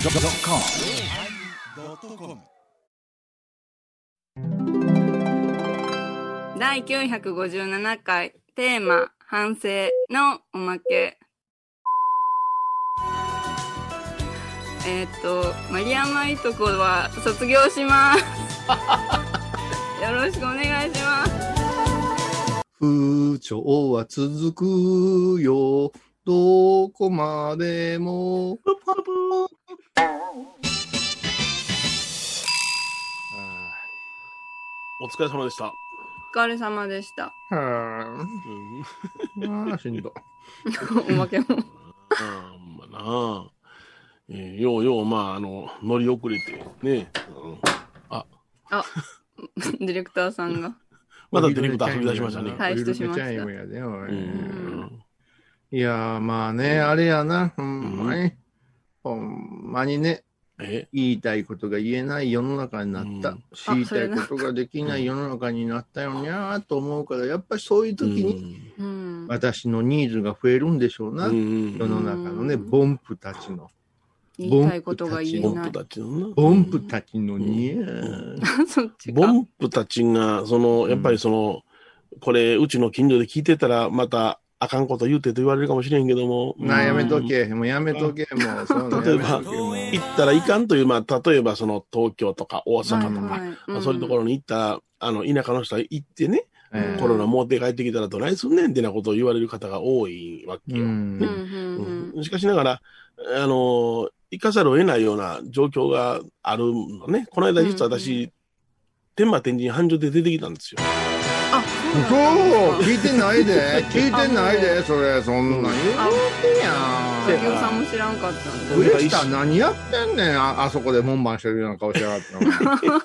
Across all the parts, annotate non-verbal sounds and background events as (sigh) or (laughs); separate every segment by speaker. Speaker 1: YONNIRI.com
Speaker 2: 第957回テーマ「反省」のおまけえーっとマリアマいとこは卒業し (laughs) ますよろしくお願いします
Speaker 3: 不調は続くよ。どこまでも。
Speaker 4: お疲れ様でした。
Speaker 2: お疲れ様でした
Speaker 3: はーん。
Speaker 4: うん。あ
Speaker 3: あーしんど。
Speaker 2: おま (laughs) けも
Speaker 4: ーまあなあ、えーようよう、まあ、あの、乗り遅れて、ね。うん
Speaker 2: ディレクターさんが
Speaker 4: (laughs) まだディレクター飛び出しましたね。
Speaker 2: はい退出しました
Speaker 3: お昼寝チャイムやでお
Speaker 4: う
Speaker 3: い
Speaker 4: ん。
Speaker 3: いやー、まあね、あれやな。ほんまに。ほんまにね、
Speaker 4: え
Speaker 3: 言いたいことが言えない世の中になった。
Speaker 4: うん
Speaker 3: 知りたいことができない世の中になったよにゃーと思うから、やっぱりそういう時に
Speaker 2: うん
Speaker 3: 私のニーズが増えるんでしょうな。
Speaker 4: うん
Speaker 3: 世の中のね、
Speaker 2: うん
Speaker 3: ボンプたちの。
Speaker 2: 言いたいことが言
Speaker 4: ボ
Speaker 2: えな
Speaker 4: ン
Speaker 2: い
Speaker 4: プたちのな。
Speaker 3: ボンプたちのにゃ
Speaker 4: う
Speaker 2: (laughs)
Speaker 3: ー。
Speaker 2: そっちか
Speaker 4: ボンプたちが、その、やっぱりその、これ、うちの近所で聞いてたら、また、あかんこと言うてと言われるかもしれんけども。
Speaker 3: なあ、やめと
Speaker 4: うん
Speaker 3: け。もうやめとけ。もう、そう
Speaker 4: 例えば
Speaker 3: 行
Speaker 4: 行ったらいかんという、まあ、例えばその東京とか大阪とか、
Speaker 2: はいはい
Speaker 4: まあ、そういうところに行ったら、あの、田舎の人は行ってね、
Speaker 2: うん
Speaker 4: コロナもうて帰ってきたらどないすんねんってなことを言われる方が多いわけ
Speaker 3: う
Speaker 4: よ。
Speaker 3: ん
Speaker 2: うんうんうん
Speaker 4: うんしかしながら、あのー、行かざるを得ないような状況があるのね。この間実は
Speaker 2: うん
Speaker 4: 私、天馬天神繁盛で出てきたんですよ。
Speaker 2: あ
Speaker 3: そう
Speaker 2: そうなんだ
Speaker 3: 聞いてないで。聞いてないで、それ。そんな
Speaker 2: あ
Speaker 3: ん言うて
Speaker 2: あ
Speaker 3: や
Speaker 2: 作業さんも知らんかったんだ
Speaker 3: ん。上下何やってんねん。ああそこで門番してるような顔しやがって。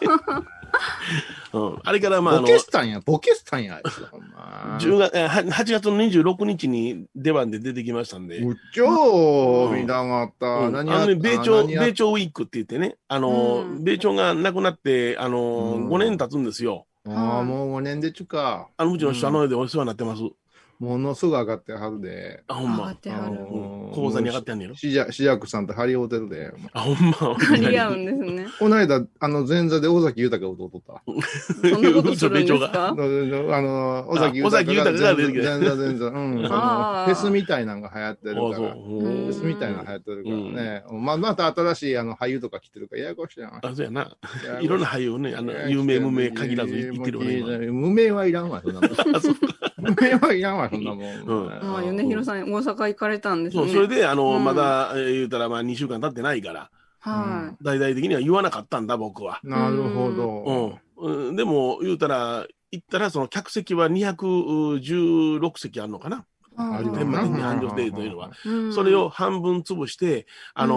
Speaker 4: うん。あれから、まあ、あ
Speaker 3: ボ
Speaker 4: の、
Speaker 3: ケしたんや、ボケしたんや、あいつほんま
Speaker 4: 10月、えは8月の26日に出番で出てきましたんで。
Speaker 3: うっちょ
Speaker 4: う
Speaker 3: ー、
Speaker 4: ん
Speaker 3: 見たかった。
Speaker 4: うん
Speaker 3: 何
Speaker 4: あ
Speaker 3: や
Speaker 4: の
Speaker 3: っ
Speaker 4: ね、
Speaker 3: た
Speaker 4: 米朝、
Speaker 3: 何やっ
Speaker 4: 米朝ウィークって言ってね、あの、
Speaker 2: うん
Speaker 4: 米朝が亡くなって、あの、
Speaker 3: うん
Speaker 4: 5年経つんですよ。
Speaker 3: ああ、もう5年でちゅか。
Speaker 4: あの、うちの下の上でお世話になってます。
Speaker 3: ものすごい上がってはるで。
Speaker 4: あ、ほん
Speaker 2: 上がっ
Speaker 4: ま。
Speaker 2: ては
Speaker 3: あ
Speaker 2: る
Speaker 3: の
Speaker 4: うん口座に上がってやんねやろ。
Speaker 3: しじゃ、しじゃくさんと張り合うてるで。
Speaker 4: あ、ほんま。
Speaker 2: 張り
Speaker 4: (laughs)
Speaker 2: 合うんですね。
Speaker 3: この間、あの、前座で尾崎豊が踊っとった。
Speaker 2: そんなことするんです
Speaker 3: あ
Speaker 2: か
Speaker 4: (laughs)
Speaker 3: の、尾崎豊
Speaker 4: 尾崎豊が出てくる
Speaker 3: 全然全然、
Speaker 4: (laughs)
Speaker 3: うん。
Speaker 2: あ
Speaker 3: あ
Speaker 2: あ
Speaker 3: のフェスみたいなのが流行って
Speaker 4: あ
Speaker 3: る
Speaker 4: そう
Speaker 3: から。フ
Speaker 4: うん
Speaker 3: ェスみたいなのが流行ってるからね。まあ、また新しいあの俳優とか来てるから、ややこしいな。
Speaker 4: あ、そうやな。
Speaker 3: ややこし
Speaker 4: (laughs) いろんな俳優ね、あの、有名、無名限らず言ってるわね、今。
Speaker 3: 無名はいらんわ、そん
Speaker 4: (laughs)
Speaker 3: なもん。無名はいらんわ、そんなも
Speaker 4: うん
Speaker 2: まあ、
Speaker 3: ん。
Speaker 2: 米広さん、大阪行かれたんです
Speaker 4: そ
Speaker 2: ね。
Speaker 4: う、それで、あの、
Speaker 2: うん
Speaker 4: まだ、えー言うたら、まあ、2週間経ってないから、
Speaker 2: は
Speaker 4: 大々的には言わなかったんだ、僕は。
Speaker 3: なるほ
Speaker 4: う
Speaker 3: ど。
Speaker 4: んうん。でも、言うたら、行ったら、その客席は216席あるのかな。
Speaker 2: い。はい
Speaker 3: ありま
Speaker 4: 天
Speaker 3: すな
Speaker 4: 馬天に繁盛デーというのは。
Speaker 2: うん
Speaker 4: それを、半分潰して、あの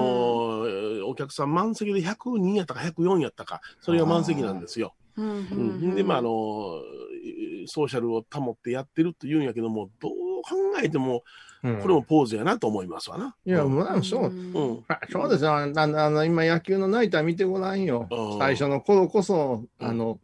Speaker 4: ーお客さん満席で102やったか104やったか、それが満席なんですよ。
Speaker 2: うん
Speaker 4: う
Speaker 2: うんうん
Speaker 4: ん、で、まあ、あのーソーシャルを保ってやってるというんやけども、どう考えても、
Speaker 3: うん
Speaker 4: これもポーズやなと思いますわな。
Speaker 3: いや、
Speaker 4: うん、
Speaker 3: まあ、そう。
Speaker 4: うん。
Speaker 3: あ (laughs) そうですよ。あの、あの今野球のナイター見てごらんよ
Speaker 4: う。ん
Speaker 3: 最初の頃こそ、
Speaker 4: うん
Speaker 3: あの、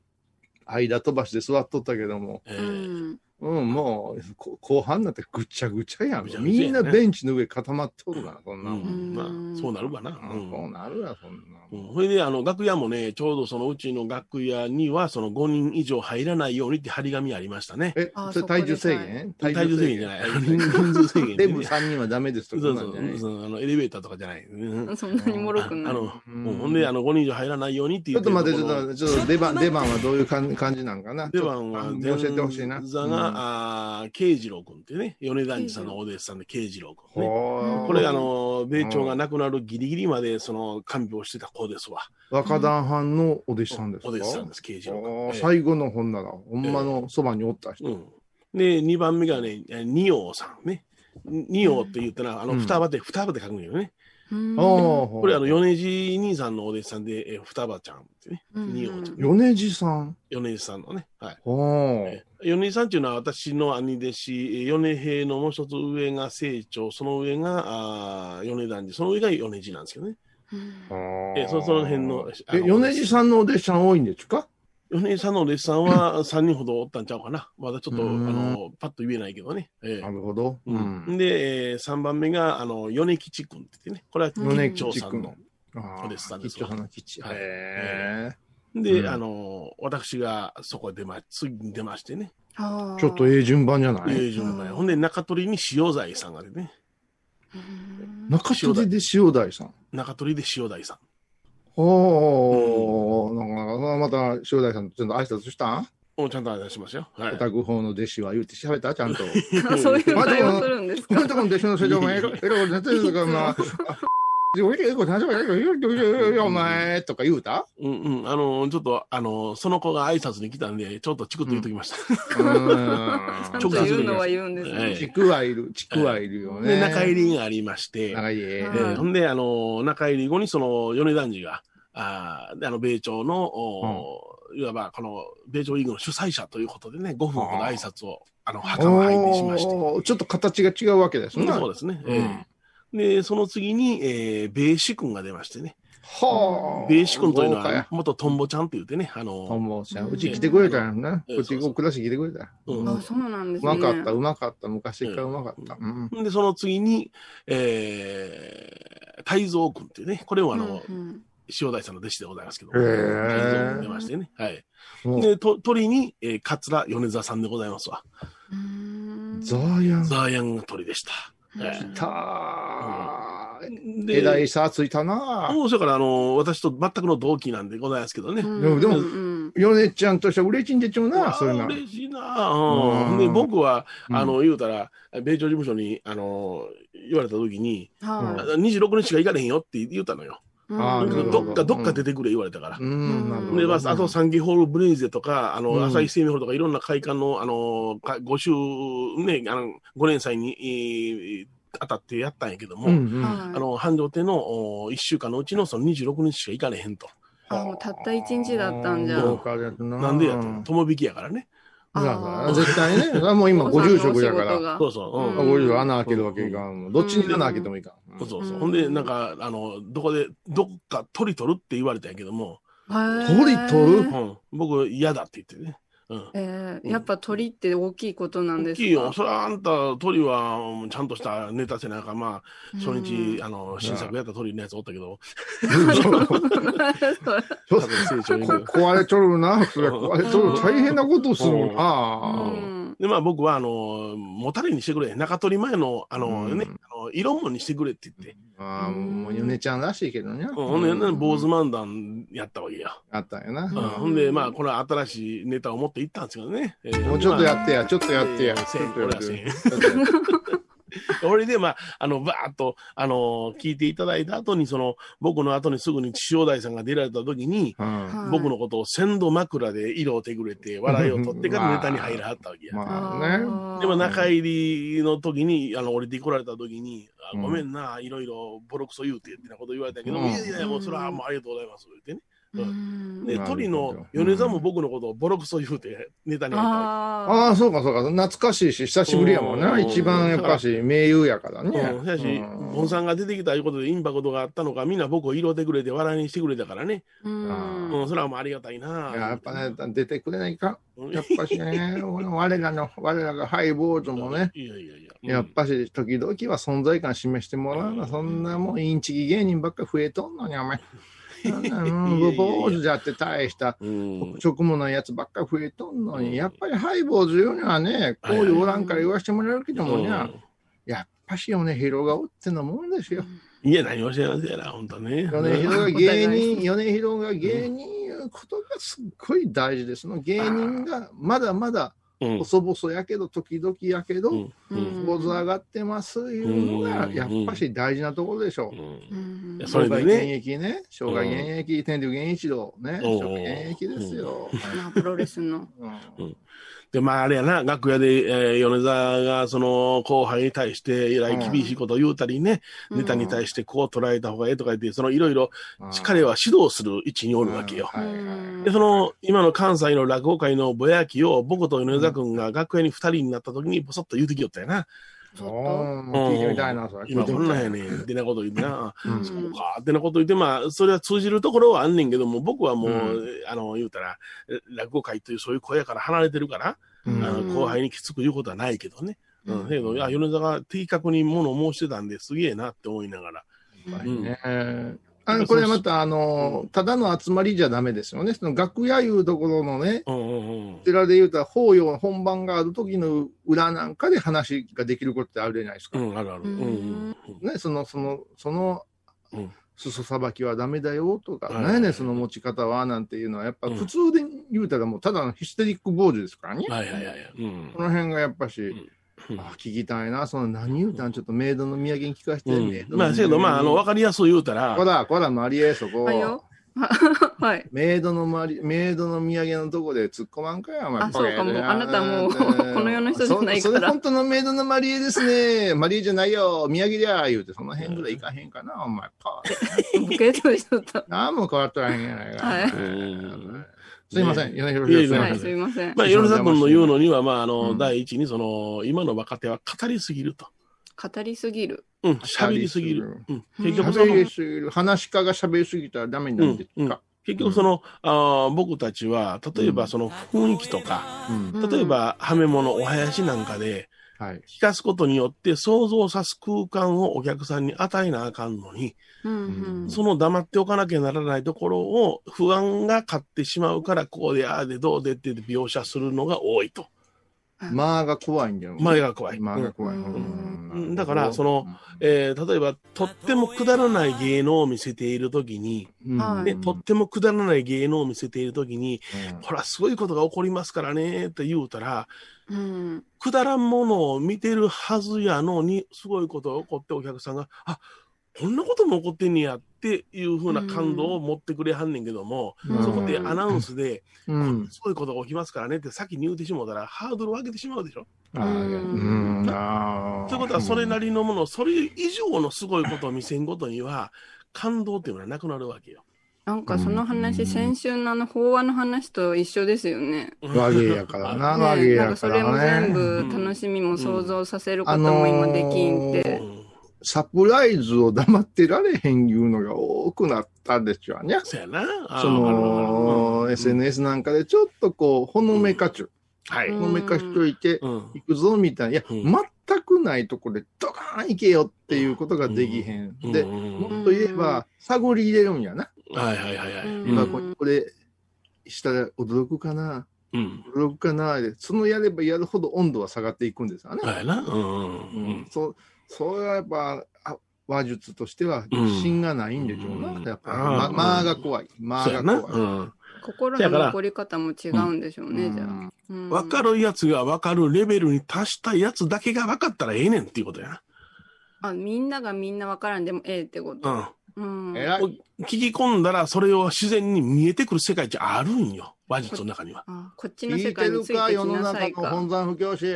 Speaker 3: 間飛ばしで座っとったけども、
Speaker 4: え
Speaker 2: う
Speaker 4: ー
Speaker 2: ん
Speaker 3: うん、もう、こ後半になってぐちゃぐちゃやん
Speaker 4: ぐちゃ。ぐちゃやね
Speaker 3: みんなベンチの上固まっとるから、そん
Speaker 4: う
Speaker 3: なもん。
Speaker 4: んまあ、そうなるわな。
Speaker 3: あ
Speaker 4: うん
Speaker 3: そうなるわ、そんなもん。
Speaker 4: うんそれで、あの、楽屋もね、ちょうどそのうちの楽屋には、その5人以上入らないようにって張り紙ありましたね。
Speaker 3: え
Speaker 2: あ、
Speaker 3: それ体重制限
Speaker 4: 体重制限じゃない。
Speaker 3: 体重制
Speaker 4: 人
Speaker 3: 限
Speaker 4: 数制限
Speaker 3: デ
Speaker 4: (laughs) で
Speaker 3: ブ
Speaker 4: ね。
Speaker 3: 3人はダメです
Speaker 4: そう
Speaker 3: とか
Speaker 4: そう
Speaker 3: なんじゃないち
Speaker 4: そ
Speaker 3: ょ
Speaker 4: う。あの、エレベーターとかじゃない。うん
Speaker 2: そんなにもろくない。
Speaker 4: あの、
Speaker 3: うん
Speaker 4: うんほんで、あの、5人以上入らないようにっていう
Speaker 3: っと待って、ちょっ
Speaker 4: ころ
Speaker 3: と待って、ちょっと出番、出番はどういう感感じなんかな。
Speaker 4: 出番は
Speaker 3: ちょっと
Speaker 4: 前
Speaker 3: あ教えてほしいな。
Speaker 4: 座が、あー慶次郎君ってね、米田二さんのお弟子さんで慶次郎君、ね。
Speaker 3: うん
Speaker 4: これ、あの、米朝が亡くなるギリギリまで、その、看病してた子ですわ。
Speaker 3: 若旦藩のお弟子さんですか
Speaker 4: お弟子さんです、慶次郎
Speaker 3: あー
Speaker 4: 君。ええ
Speaker 3: 最後の本なら、ほんまのそばにおった人。
Speaker 4: うん。で、2番目がね、え二王さんね。二王って言ったら、あの、
Speaker 3: うん
Speaker 4: 双葉で、双葉で書くんよね。
Speaker 2: うん
Speaker 3: こ
Speaker 4: これ、あの、米次兄さんのお弟子さんで、え双葉ちゃんってね。
Speaker 2: うん
Speaker 4: 二王ちゃん。
Speaker 3: 米次さん。
Speaker 4: 米次さんのね。はい。
Speaker 3: おー
Speaker 4: え米次さんっていうのは私の兄弟子、え米平のもう一つ上が清張、その上があー米団次、その上が米次なんですけどね。
Speaker 2: うん
Speaker 3: あー
Speaker 4: えそその辺のあの
Speaker 3: え、米次さんのお弟子さん多いんですか
Speaker 4: 米井さんのお弟子さんは3人ほどおったんちゃうかな。まだちょっと、あ
Speaker 3: うん
Speaker 4: の、パッと言えないけどね。ええ
Speaker 3: なるほど。う
Speaker 4: うん、
Speaker 3: ん。
Speaker 4: で、えー、3番目が、あの、米吉君って言ってね。これは
Speaker 2: 米
Speaker 4: 吉兆さんの。
Speaker 3: あー
Speaker 4: お弟子さんです
Speaker 3: 吉
Speaker 4: わ
Speaker 3: 兆さんの吉
Speaker 4: はい
Speaker 3: へ
Speaker 4: で、
Speaker 3: うん
Speaker 4: あの、私がそこへ出ま、次に出ましてね。
Speaker 2: あー
Speaker 3: ーちょっとええ順番じゃない、
Speaker 4: ええ順番や
Speaker 2: うん
Speaker 4: ほんで、中取に塩財さんが出てね。
Speaker 2: うん
Speaker 3: 中袖で塩大さん。
Speaker 4: 中取で塩財さん。
Speaker 3: おー、なんかまた塩大さんとちゃんと挨拶したん
Speaker 4: おちゃんと話しましたよ。はい
Speaker 3: お。宅方の弟子は言うて喋ったちゃんと。
Speaker 2: (laughs) そういう会話するんです
Speaker 3: こ
Speaker 2: か
Speaker 3: のとこの弟子の社長が、えろ、えろ、なってるからな。おいで、えろ、大丈夫だよ、よ、よ、よ、よ、お前、とか言うた
Speaker 4: うんうん。あの、ちょっと、あの、その子が挨拶に来たんで、ちょっとチクッと言っときました。
Speaker 2: ちゃんと
Speaker 4: 直接
Speaker 2: 言うのは言うんです
Speaker 4: は
Speaker 2: ね。
Speaker 4: い
Speaker 3: ちくわいる、ちくわいるよね。
Speaker 4: で、中入りがありまして、
Speaker 3: 中入り。
Speaker 4: え
Speaker 2: は
Speaker 4: ー
Speaker 2: い
Speaker 4: ほんで、あの中入り後に、その、米男児が、あーであの、米朝の、おいわば、この、米朝リーグの主催者ということでね、5分ほど挨拶を、あの、墓の入りしまして。
Speaker 3: おーちょっと形が違うわけです
Speaker 4: そう
Speaker 3: ね。
Speaker 4: そうですね。えーで、その次に、えー、米子君が出ましてね。
Speaker 3: はあ。
Speaker 4: 米子君というの
Speaker 3: 豪華
Speaker 4: は
Speaker 3: や、。
Speaker 4: 元トンボちゃんって言ってね、あの、
Speaker 3: もうちゃん、うち来てくれたよな。うちご暮らし来てくれた。
Speaker 4: う
Speaker 2: あ
Speaker 4: ん
Speaker 2: そうなんで
Speaker 3: う
Speaker 2: すね。
Speaker 3: まかった、うまかった、昔からうまかった。うん。
Speaker 4: で、その次に、えー、泰造君っていうね、これもあの、
Speaker 2: うん
Speaker 4: 塩大さんの弟子でございますけど、
Speaker 3: へー
Speaker 4: 泰造君出ましてね。はい。
Speaker 3: もう、
Speaker 4: で、と鳥に、えー、桂米沢さんでございますわ。
Speaker 2: うん、
Speaker 3: ザーヤン。
Speaker 4: ザーヤンが鳥でした。え
Speaker 3: 来たー。
Speaker 4: ーで、
Speaker 3: えらい差ついたな
Speaker 4: もう、だから、あの、私と全くの同期なんでございますけどね。
Speaker 3: でも
Speaker 2: も、
Speaker 3: ヨネちゃんとしては嬉しいんでちょう
Speaker 4: わ
Speaker 3: な、
Speaker 4: あ
Speaker 3: そういうのは。
Speaker 4: 嬉しいな、うん
Speaker 3: うん
Speaker 4: で、僕は、
Speaker 3: うん
Speaker 4: あの、言うたら、米朝事務所に、あの、言われた時に、
Speaker 3: うん
Speaker 2: は
Speaker 4: 26日しか行かれへんよって言ったのよ。
Speaker 2: い。
Speaker 3: あーなるほ
Speaker 4: どっか、
Speaker 3: うん
Speaker 4: どっか出てくれ言われたから
Speaker 3: う。ん、なるほど。
Speaker 4: で、まあ、あと、サンギホールブレイゼとか、あ
Speaker 3: うん
Speaker 4: の、朝日生命ホールとか、いろんな会館の、あの、かご周、ね、あの、ご連載に、えー当たってやったんやけども、
Speaker 3: うん、うん。
Speaker 2: はい
Speaker 4: あの、繁盛亭のお1週間のうちのその26日しか行かれへんと。
Speaker 2: あもうたった一日だったんじゃ。
Speaker 3: 豪華ですな。
Speaker 4: なんでや
Speaker 3: う
Speaker 4: と。友引きやからね。
Speaker 3: だから
Speaker 2: あー
Speaker 3: 絶対ね。それはもう今、ご住職だか
Speaker 2: お父さんのお仕事
Speaker 3: ら。
Speaker 2: が
Speaker 4: そうそう。うん
Speaker 3: ご住職穴開けるわけいかんもん。どっちに穴開けてもいいかん。
Speaker 4: そう
Speaker 2: う
Speaker 4: そ
Speaker 2: ん
Speaker 4: う。ほんで、なんか、あの、どこで、どっか鳥取るって言われたんやけども、
Speaker 3: 鳥取る
Speaker 4: うん、僕嫌だって言ってね。うん。
Speaker 2: えー、やっぱ鳥って大きいことなん
Speaker 4: 大
Speaker 2: ですか
Speaker 4: きいよ。それはあんた、鳥は、うんちゃんとしたネタせなんか、まあ、初日、
Speaker 2: うん
Speaker 4: あの、新作やった鳥のやつおったけど、
Speaker 3: そう
Speaker 4: 多分成長い
Speaker 3: こ壊れちょるな。それ壊れちょる。大変なことする
Speaker 2: う
Speaker 3: な。
Speaker 2: ん
Speaker 4: で、まあ僕は、あの、もたれにしてくれ。中取り前の、あの、
Speaker 3: うん
Speaker 4: ね、あの、色もにしてくれって言って。
Speaker 3: ああ、もう、ヨネちゃんらしいけどね。
Speaker 4: うん、ほんで、ね、坊主
Speaker 3: も。
Speaker 4: 漫談やったわけや。
Speaker 3: あったんや
Speaker 4: うん、
Speaker 3: な。
Speaker 4: ほんで、まあ、これは新しいネタを持っていったんですけどね。えー
Speaker 3: もうちょっと
Speaker 4: ま
Speaker 3: やってや、ちょっとやってや。
Speaker 4: えー
Speaker 3: ちょっとやってや
Speaker 4: あ俺で、まあ、あの、ばーっと、あの、聞いていただいた後に、その、僕の後にすぐに千代大さんが出られた時に、
Speaker 3: うん
Speaker 2: はい
Speaker 4: 僕のことを鮮度枕で色を手ぐれて、笑いを取ってからネタに入らはったわけや。
Speaker 3: まあね。
Speaker 4: でも
Speaker 2: あー
Speaker 4: 中入りの時に、あの、降りてこられた時に、あ
Speaker 3: うん
Speaker 4: ごめんな、いろいろボロクソ言うて、ってなこと言われたけど、
Speaker 3: うん
Speaker 4: いやいや、もうそれはもうありがとうございます、言ってね。う
Speaker 2: うん
Speaker 4: で、
Speaker 3: なるほど
Speaker 4: 鳥の米沢も僕のことをボロクソ言うて、ネタに入ったわ
Speaker 2: あ
Speaker 3: ああ、そうかそうか。懐かしいし、久しぶりやもんな。
Speaker 4: うん
Speaker 3: 一番やっぱし、名優やから
Speaker 4: け。
Speaker 3: ね。
Speaker 4: うん、そやし、
Speaker 3: うん
Speaker 4: ボンさんが出てきたいうことでインパクトがあったのか、みんな僕を色でくれて笑いにしてくれたからね。
Speaker 2: ーうん
Speaker 3: あ
Speaker 4: うん、それはもうありがたいな。
Speaker 3: いややっぱね、出てくれないか。
Speaker 4: うん、
Speaker 3: やっぱしね、 (laughs) 我らの、我らがハイボーズもね、
Speaker 4: いやいやいや。
Speaker 3: やっぱし時々は存在感示してもらうな。そんなもうインチキ芸人ばっか増えとんのに、お
Speaker 4: (laughs)
Speaker 3: 前。うん、ご坊主じゃって大した
Speaker 4: うん。
Speaker 3: 職もないやつばっか増えとんのに、やっぱりハイボーズいうのはね、こういうおらんから言わしてもらえるけどもね、やっぱしよね、広がおってのもんですよ。
Speaker 4: いや、何をしてますやら、ほんと (laughs) ね。
Speaker 3: 米広が芸人、米広が芸人いうことがすっごい大事です。その芸人がまだまだ
Speaker 4: うん。
Speaker 3: 細々やけど、時々やけ
Speaker 4: う
Speaker 3: ど、
Speaker 4: んうん
Speaker 3: 坊主上がってますいうのが、やっぱし大事なところでしょう。
Speaker 4: うん
Speaker 2: うん
Speaker 4: いやそ
Speaker 3: 生
Speaker 4: れ
Speaker 3: 涯
Speaker 4: で
Speaker 3: 現
Speaker 4: ね
Speaker 3: 役ね、生涯現役、天竜源一郎ね、
Speaker 4: おう
Speaker 3: 生涯現役ですよ。
Speaker 2: まあプロレスの。
Speaker 3: うん
Speaker 4: で、まあ、あれやな、楽屋で、えー米沢が、その、後輩に対して、えらい厳しいことを言うたりね、ネタに対してこう捉えた方がええとか言って、その、いろいろ、彼は指導する位置におるわけよ。
Speaker 3: はいはい
Speaker 4: で、その、今の関西の落語界のぼやきを、僕と米沢君が楽屋に二人になった時に、ぼそっと言うてきよったよな。
Speaker 3: ちょっと聞いてみたいな、それ。
Speaker 4: 今こんなんや
Speaker 3: ね。
Speaker 4: ねん、ってなこと言ってな、
Speaker 3: う
Speaker 2: うん
Speaker 3: ん
Speaker 4: そうか、ってなこと言って、まあ、それは通じるところはあんねんけども、僕はもう、
Speaker 3: う
Speaker 4: あの、言うたら、え落語界というそういう小屋から離れてるから、
Speaker 3: うん
Speaker 4: あの後輩にきつく言うことはないけどね。う。
Speaker 2: うん
Speaker 4: だけど、あ、米沢が的確に物を申してたんですげえなって思いながら。
Speaker 3: やっぱりね。あこれまた、あの、ただの集まりじゃダメですよね。その楽屋いうところのね、
Speaker 4: うんうんうん
Speaker 3: こ。ちらで言うと、法要の本番がある時の裏なんかで話ができることってあるじゃないですか。
Speaker 4: うん、あるある。うんうんうん。
Speaker 3: ね、その、その、その
Speaker 4: うん、
Speaker 3: 裾さばきはダメだよとか、
Speaker 4: はい
Speaker 3: 何やねんその持ち方は、なんていうのは、やっぱ普通で言うたらもうただのヒステリック傍受ですからね。
Speaker 4: はいはいはい。うん
Speaker 3: こ。の辺がやっぱし、あ聞きたいな、その何言うたん、ちょっとメイドの土産に聞かせて、
Speaker 4: うん
Speaker 3: メイドの土産に
Speaker 4: まあ、せやけど、まあ、あの、わかりやすく言うたら
Speaker 3: こ、ら、こら、マリエ、そこ。
Speaker 2: はいよ。はい。
Speaker 3: メイドのマリ、メイドの土産のとこで突っ込まんかよ、お前。
Speaker 2: あそうかもうあなたもうこの世の人じゃない
Speaker 3: そ
Speaker 2: から
Speaker 3: それ本当のメイドのマリエですね。マリエじゃないよ、土産じゃ、言うて、その辺ぐらいいかへんかな、お前。パーって
Speaker 2: ボケとしとった。
Speaker 3: 何も変わったらへんやないか。
Speaker 2: はい
Speaker 4: うん
Speaker 3: すいません、米
Speaker 4: いえい
Speaker 3: 広
Speaker 4: え
Speaker 3: さん。
Speaker 2: はい、すいません。
Speaker 4: まあ、米沢君の言うのには、まあ、あ
Speaker 3: う
Speaker 4: の、
Speaker 3: ん
Speaker 4: 第一に、その、今の若手は語りすぎると。
Speaker 2: 語りすぎる。
Speaker 4: うん、喋りすぎる。うん、結局そ
Speaker 3: 喋
Speaker 4: の、
Speaker 3: りすぎる。話し家が喋りすぎたらダメになるんですか。
Speaker 4: 結局その、あー僕たちは、例えばその雰囲気とか、
Speaker 3: うん。
Speaker 2: うん
Speaker 4: 例えば、はめ物、お囃子なんかで、
Speaker 3: はい。
Speaker 4: 聞かすことによって想像さす空間をお客さんに与えなあかんのに、
Speaker 2: うん
Speaker 3: うん
Speaker 4: その黙っておかなきゃならないところを不安が勝ってしまうから、こうで、ああで、どうでって描写するのが多いと。
Speaker 3: 間が怖いんじゃない
Speaker 4: 前が怖い。
Speaker 3: 間が怖い。
Speaker 2: うん
Speaker 3: うん
Speaker 4: だからその、えー例えば、とってもくだらない芸能を見せているときに、
Speaker 3: うん
Speaker 2: はい
Speaker 4: ね、とってもくだらない芸能を見せているときに、
Speaker 3: うん
Speaker 4: ほら、すごいことが起こりますからね、って言うたら、
Speaker 2: うん。
Speaker 4: くだらんものを見てるはずやのに、すごいことが起こってお客さんが、あこんなことも起こってんねやっていうふうな感動を持ってくれはんねんけども、
Speaker 2: うん
Speaker 4: そこでアナウンスで、
Speaker 3: うん。
Speaker 4: すごいことが起きますからねって先に言うてしもうたら、ハードルを上げてしまうでしょ。
Speaker 3: あーいや
Speaker 2: うん
Speaker 3: うんあー
Speaker 4: ということは、それなりのもの、それ以上のすごいことを見せんことには、感動っていうのはなくなるわけよ。
Speaker 2: なんかその
Speaker 3: うん
Speaker 2: 話、先週のあの、法話の話と一緒ですよね。
Speaker 3: 和芸やからな、和芸
Speaker 2: ねなん
Speaker 3: や
Speaker 2: か
Speaker 3: か
Speaker 2: それも
Speaker 3: ら
Speaker 2: 全
Speaker 3: ね。
Speaker 2: 部楽しみも想像させることも今できん
Speaker 3: あ
Speaker 2: て
Speaker 4: (laughs) う。ん
Speaker 3: サプライズを黙ってられへんいうのが多くなったんですよね。
Speaker 4: そやな。あー
Speaker 3: そ
Speaker 4: わかるわかるうん
Speaker 3: の、SNS なんかでちょっとこう、ほのめかちゅ、
Speaker 4: はい。
Speaker 2: うん
Speaker 3: ほのめかしといて、
Speaker 4: うん
Speaker 3: 行くぞみたいな、いや、
Speaker 4: うん
Speaker 3: 全くないとこでドカーン行けよっていうことができへん。で、
Speaker 4: うんうんうん
Speaker 3: もっと言えば、探り入れるんやな。
Speaker 4: はいはいはいはい。
Speaker 2: うん
Speaker 3: 今ここれ、したら驚くかな、
Speaker 4: うん。
Speaker 3: 驚くかなで、そのやればやるほど温度は下がっていくんですよね。
Speaker 4: はいな。うん
Speaker 3: う
Speaker 4: うんん。
Speaker 3: そそれはやっぱあ話術としては
Speaker 4: うん
Speaker 3: 自信がないんでしょうな、
Speaker 4: うん
Speaker 3: やっぱ、
Speaker 4: あー
Speaker 3: ま、間が怖い間
Speaker 4: そうや
Speaker 3: が
Speaker 4: な。
Speaker 3: 怖い。
Speaker 4: うん。
Speaker 2: 心の残り方も違うんでしょうね、じゃあ。
Speaker 3: あ
Speaker 2: うん
Speaker 4: 分かるやつが分かるレベルに達したやつだけが分かったらええねんっていうことや
Speaker 2: あ、みんながみんなわからんでもええってこと。
Speaker 4: な。
Speaker 2: うん。
Speaker 3: えら
Speaker 4: うん。
Speaker 3: い、
Speaker 4: 聞き込んだらそれを自然に見えてくる世界ってあるんよ。話術の中には。
Speaker 2: あこっちの
Speaker 3: 聞
Speaker 2: 世
Speaker 3: いて
Speaker 2: 界
Speaker 3: る
Speaker 2: について
Speaker 3: か世
Speaker 2: き
Speaker 3: の
Speaker 2: なさ
Speaker 3: 中
Speaker 2: い
Speaker 3: の
Speaker 2: か。
Speaker 3: 本山不教師。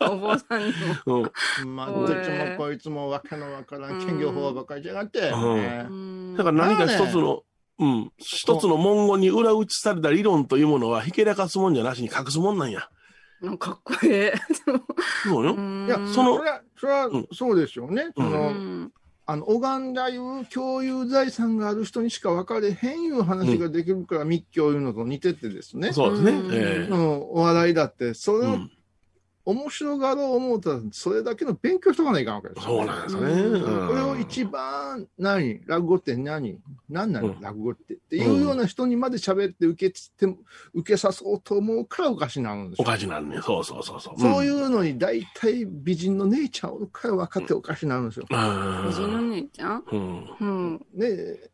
Speaker 2: お坊さんにも。
Speaker 4: うん。
Speaker 3: まあ、
Speaker 2: お
Speaker 3: ど
Speaker 2: い
Speaker 3: っちもこいつもわけのわからん兼業法ばかりじゃなくて、
Speaker 4: うん
Speaker 3: ね
Speaker 2: うん
Speaker 4: だから何か一つの、うん。一つの文言に裏打ちされた理論というものはひけらかすもんじゃなしに隠すもんなんや。
Speaker 2: なんかかっこええ。
Speaker 4: そうよ。
Speaker 2: い
Speaker 3: いや
Speaker 4: その
Speaker 3: それはそれは
Speaker 4: うん
Speaker 3: そうですよね。
Speaker 4: う
Speaker 3: そ
Speaker 4: ん
Speaker 3: のあの拝んだいう共有財産がある人にしか分かれへんいう話ができるから密教いうのと似ててですね、
Speaker 4: そうですね
Speaker 2: うん。
Speaker 4: え
Speaker 3: うんお笑いだってそれ
Speaker 4: え。う
Speaker 3: を
Speaker 4: ん。
Speaker 3: 面白がろう思うたらそれだけの勉強しとかないかんわけですよ
Speaker 4: そうなんですよね。
Speaker 2: う
Speaker 4: うん
Speaker 3: これを一番何落語って何何な
Speaker 4: う
Speaker 3: の
Speaker 4: ん
Speaker 3: 落語ってっていうような人にまで喋って受けつっても受けさそうと思うからおかしなるんです
Speaker 4: お
Speaker 3: よ。
Speaker 4: かしなんね。そうそうそうそう。。
Speaker 3: そういううのに大体美人の姉ちゃんおるから分かっておかしなるんですよ。
Speaker 4: うん。
Speaker 2: うちの姉ちゃん
Speaker 4: うん。
Speaker 2: うん。
Speaker 3: ね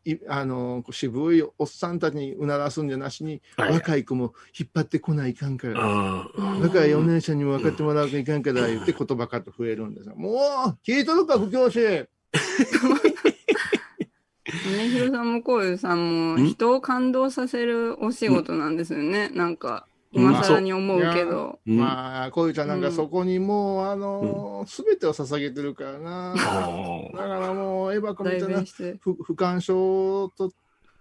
Speaker 3: いあのこう渋いおっさんたちにうならすんじゃなしに、
Speaker 4: はい
Speaker 3: 若い子も引っ張ってこないかんから。
Speaker 4: うん。
Speaker 3: だから4年生にも分かってもらわなきゃいかんから言って言葉かと増えるんですよ。もう聞いとるか、不教師
Speaker 2: ねひろさんもこういうさんも
Speaker 4: ん
Speaker 2: 人を感動させるお仕事なんですよね。なんか、今更に思うけど。
Speaker 4: うん
Speaker 3: まあ、こういうちゃんなんかそこにもう、あのすべてを捧げてるからな。だ
Speaker 4: あ
Speaker 3: からもう、エヴァ子み
Speaker 2: 代
Speaker 3: たいな
Speaker 2: 弁して。
Speaker 3: 不不感症と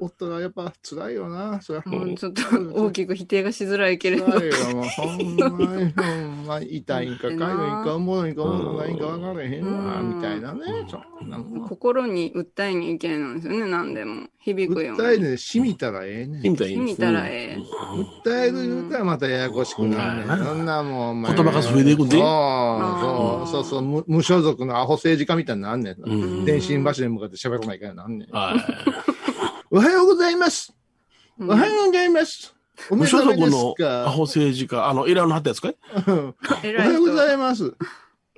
Speaker 3: おったらやっぱ辛いよな。そりゃ
Speaker 2: もうちょっと大きく否定がしづらいけれど。
Speaker 3: 辛いよ。もうほんまに、ほんまに痛いんか、かゆいんか、おもろいんか、おもろないんか分からへんわ、
Speaker 2: うん
Speaker 3: みたいなね。そんなもん。
Speaker 2: 心に訴えにいけないんですよね、何でも。響くよう
Speaker 3: 訴え
Speaker 2: に。
Speaker 3: でしみたらええねん。
Speaker 4: みたい
Speaker 2: 見に
Speaker 4: に
Speaker 2: 行ったらええ
Speaker 3: 訴える言うたらまたややこしくなるね
Speaker 4: ほんまや
Speaker 3: ん。
Speaker 4: な
Speaker 3: そんなもん、お前
Speaker 4: 言葉が増えていくんで
Speaker 3: そう
Speaker 2: あー
Speaker 3: そうそうそう無、無所属のアホ政治家みたいになんねん。
Speaker 4: うん
Speaker 3: 電信柱に向かって喋らないからなんねん。
Speaker 4: は
Speaker 3: おはようございます。
Speaker 2: う
Speaker 3: お
Speaker 2: ん
Speaker 3: はようございます。お
Speaker 4: い。無
Speaker 3: 目
Speaker 4: 所
Speaker 3: 覚めで
Speaker 4: 属
Speaker 3: す
Speaker 4: のア
Speaker 3: か。
Speaker 4: ホ政治家、あの、エラーの貼ったやつかい
Speaker 3: (laughs) うんお
Speaker 2: 偉
Speaker 3: はよう
Speaker 2: い
Speaker 3: ございます。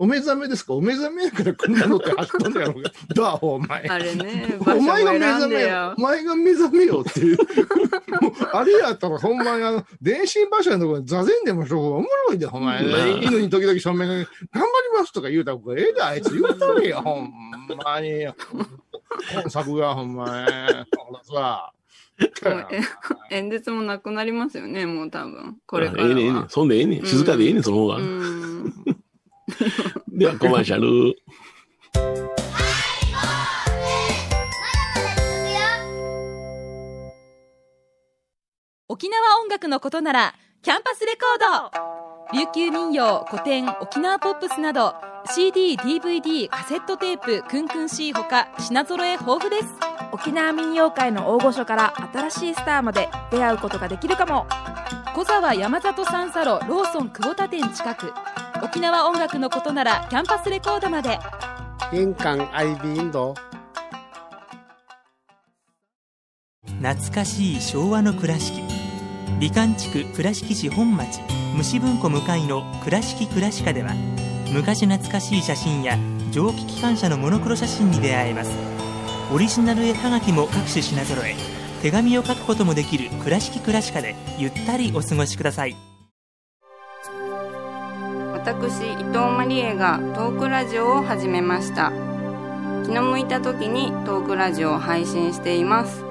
Speaker 3: お目覚めですかお目覚めやからこんなのって走った (laughs) んだろうが。どうアホお前
Speaker 2: 人。。あれね、場所
Speaker 3: (laughs) お
Speaker 2: を
Speaker 3: 前が目
Speaker 2: 選
Speaker 3: 覚
Speaker 2: ん
Speaker 3: め
Speaker 2: で
Speaker 3: よ
Speaker 2: や。。
Speaker 3: お前が目覚めよっていう。 (laughs) もうあれやったら、ほんまにあの、電信柱のところに座禅でもしょうがおもろいで、お前、
Speaker 4: まあ
Speaker 3: ね。犬に時々正面が、頑張りますとか言うたら、ええで、あいつ言うとるや、ほんまに。本作が、ほんまに。ほらさ。
Speaker 2: (laughs) 演説もなくなりますよね、もう多分。これから
Speaker 4: ええねんええね
Speaker 2: は
Speaker 4: ん。。そんでええねん。静かでええねん、その方が
Speaker 2: う。ん。
Speaker 4: では、コマーシャル。
Speaker 1: 沖縄音楽のことならキャンパスレコード琉球民謡古典沖縄ポップスなど CDDVD カセットテープクンクン C ほか品揃え豊富です
Speaker 5: 沖縄民謡界の大御所から新しいスターまで出会うことができるかも
Speaker 1: 小沢山里三佐路ローソン久保田店近く沖縄音楽のことならキャンパスレコードまで
Speaker 6: 玄関アイビーインド
Speaker 7: 懐かしい昭和の倉敷美観地区倉敷市本町虫文庫向かいの「倉敷倉歯科」では昔懐かしい写真や蒸気機関車のモノクロ写真に出会えますオリジナル絵はがきも各種品揃え手紙を書くこともできる「倉敷倉歯科」でゆったりお過ごしください
Speaker 2: 私伊藤マリエがトークラジオを始めました気の向いた時にトークラジオを配信しています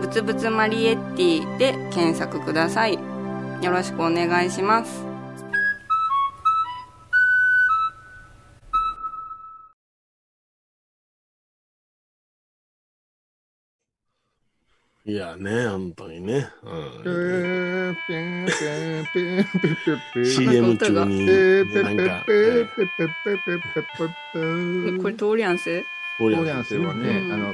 Speaker 2: ぶつぶつマリエッティで検索くださいよろしくお願いします
Speaker 4: いやね、本当にね。うん。CM 中に、なんか、えー
Speaker 2: これ通りやんせ
Speaker 4: 通
Speaker 3: 通り合わせはね、
Speaker 2: うん
Speaker 3: あの、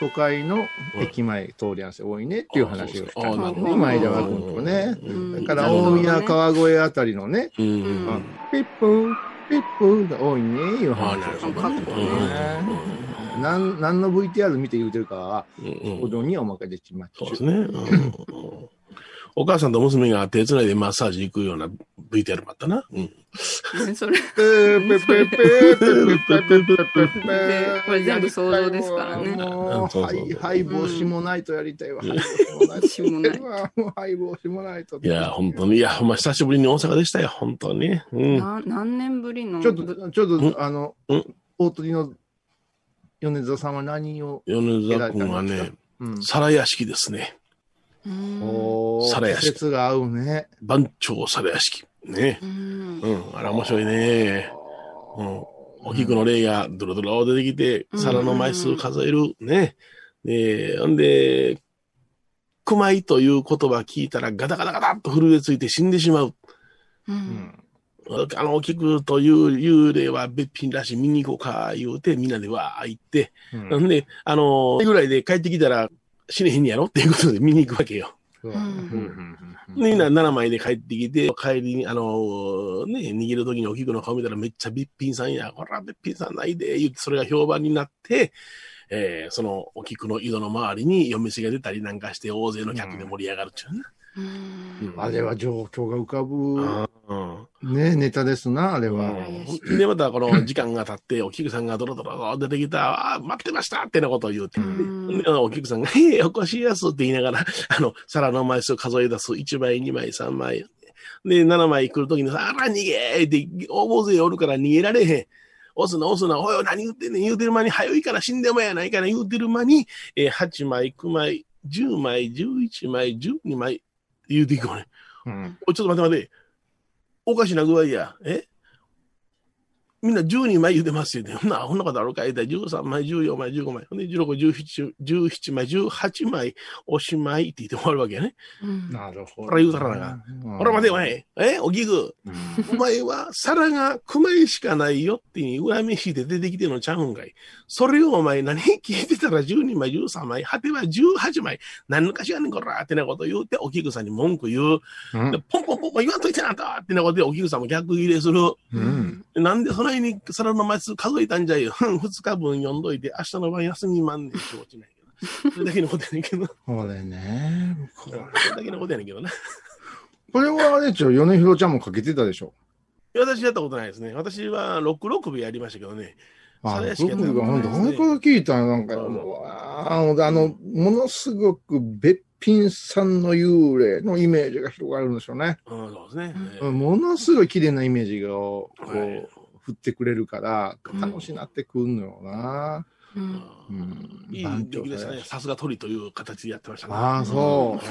Speaker 3: 都会の駅前通り合わせ多いねっていう話をした
Speaker 4: あ
Speaker 3: ん
Speaker 4: ー
Speaker 3: です
Speaker 2: そう
Speaker 3: よね、
Speaker 2: そう
Speaker 3: 前田和君とね。
Speaker 2: うん
Speaker 3: だから大宮川越あたりのね、
Speaker 4: うん。う
Speaker 2: うん
Speaker 4: ん
Speaker 3: ピップー、ピップーが多いね、いう
Speaker 4: ああ、
Speaker 3: 話
Speaker 4: な
Speaker 3: で
Speaker 4: る
Speaker 3: す
Speaker 4: ほ
Speaker 3: よ
Speaker 4: どね。
Speaker 3: なん何の VTR 見て言うてるかは、
Speaker 4: うんうんう
Speaker 3: お
Speaker 4: ん
Speaker 3: どんにお任せしま
Speaker 4: そう
Speaker 3: し
Speaker 4: ですね。うんお母さんと娘が手繋いでマッサージ行くような VTR もあったな。うん。
Speaker 2: 何そ
Speaker 3: (laughs)
Speaker 2: れ
Speaker 3: ペーペーペーペーペーペーペーペーペー
Speaker 2: これ全部想像ですからね
Speaker 3: もう、
Speaker 4: そうそう
Speaker 3: はい、はい、帽子もないとやりたいわ。はい、帽子もないとやりたいわ。もう、はい、帽子もないと。
Speaker 4: いや、本当に、いや、ほんま久しぶりに大阪でしたよ、本当にね。うん。
Speaker 2: な何年ぶりの
Speaker 3: ちょっと、ちょっ
Speaker 4: ん
Speaker 3: と、あの
Speaker 4: ん、
Speaker 3: 大鳥の米沢さんは何を、
Speaker 4: 米沢君は
Speaker 3: 偉い
Speaker 4: ね、
Speaker 3: うん
Speaker 4: 皿屋敷ですね。
Speaker 2: うん
Speaker 3: おー
Speaker 4: 皿屋
Speaker 3: 季
Speaker 4: 敷
Speaker 3: 節が合うね。
Speaker 4: 番長皿屋敷。ね。
Speaker 2: うん
Speaker 4: うん。あれ面白いね。うん。お菊の霊がドロドロ出てきて、
Speaker 2: うん
Speaker 4: 皿の枚数数える。ね。で、ほんで、熊井という言葉聞いたらガタガタガタっと震えついて死んでしまう。
Speaker 2: う
Speaker 3: うんん
Speaker 4: あの、お菊という幽霊はべっぴんらしい見に行こうか、言うて、みんなでわー行って、
Speaker 3: うん
Speaker 4: なんで、あのーぐらいで帰ってきたら死ねへんやろっていうことで見に行くわけよ。
Speaker 3: そう
Speaker 2: うん
Speaker 4: みんな7枚で帰ってきて、帰りに、あのーね、逃げる時にお菊の顔見たらめっちゃべっぴんさんや、こらべっぴんさんないで、言って、それが評判になって、えーそのお菊の井戸の周りに夜飯が出たりなんかして大勢の客で盛り上がるっちゅうね。うん
Speaker 3: あれは状況が浮かぶ、
Speaker 4: うん
Speaker 3: ね、ネタですな、あれは。
Speaker 4: うんで、またこの時間が経って、お菊さんがドロドロ出てきた、あー待ってましたってなことを言うて、
Speaker 2: ん
Speaker 4: でお菊さんが、へえ、お越しやすって言いながら、 (laughs) あの、皿の枚数数え出す。1枚、2枚、3枚。で、7枚来るときに、あら、逃げーって、大勢おるから逃げられへん。押すな、押すな、おいおい、何言ってんねん、言うてる間に、早いから死んでもやないから言うてる間に、えー8枚、9枚、10枚、11枚、12枚、言うていくわね。
Speaker 3: うん
Speaker 4: おいちょっと待って待って。おかしな具合や。えみんな12枚言うてますよね。ほ (laughs) んな、ほんなことあるかいだ13枚、14枚、15枚、ほんで16、17、17枚、18枚、おしまいって言って終わるわけやね。
Speaker 2: うん
Speaker 3: なるほ
Speaker 4: ほら言うたらな。
Speaker 3: うん
Speaker 4: ほら待てお前、えおぎぐ、
Speaker 3: うん
Speaker 4: お前は皿が熊井しかないよってに恨み引いて出てきてんのちゃうんかい。それをお前何聞いてたら12枚、13枚、果ては18枚、何のかしらねんこらってなこと言うて、おぎぐさんに文句言う。
Speaker 3: うん
Speaker 4: でポンポンポンポン言わんといてなあんたってなことで、おぎぐさんも逆ギレする。
Speaker 3: うん
Speaker 4: なんでそないに皿の枚数数えたんじゃいよ。 (laughs) うん二日分読んどいて、明日の晩休みまんねんって落ちないけど。それだけのことやねんけど。
Speaker 3: これね。こ
Speaker 4: そ
Speaker 3: れ
Speaker 4: れだけのことやねんけどな。
Speaker 3: これはあれですよ、米広ちゃんもかけてたでしょ。
Speaker 4: 私やったことないですね。私は6、6部やりましたけどね。
Speaker 3: あ
Speaker 4: それしかやったこと
Speaker 3: 僕が
Speaker 4: な
Speaker 3: 本
Speaker 4: いです
Speaker 3: 当、
Speaker 4: ね
Speaker 3: 本当聞いたらなんか、
Speaker 4: うん
Speaker 3: うわあの、あのものすごくべっぴんさんの幽霊のイメージが広がるんですよね。
Speaker 4: うん、そうですね。
Speaker 3: う
Speaker 4: え
Speaker 3: んものすごい綺麗なイメージが、こう、
Speaker 4: はい
Speaker 3: 振ってくれるから、
Speaker 2: うん
Speaker 3: 楽しなってくんのよな。
Speaker 2: う
Speaker 4: え
Speaker 2: ん
Speaker 3: うん
Speaker 4: いい出来ですね。さすが鳥という形でやってましたね。
Speaker 3: ああ、そう。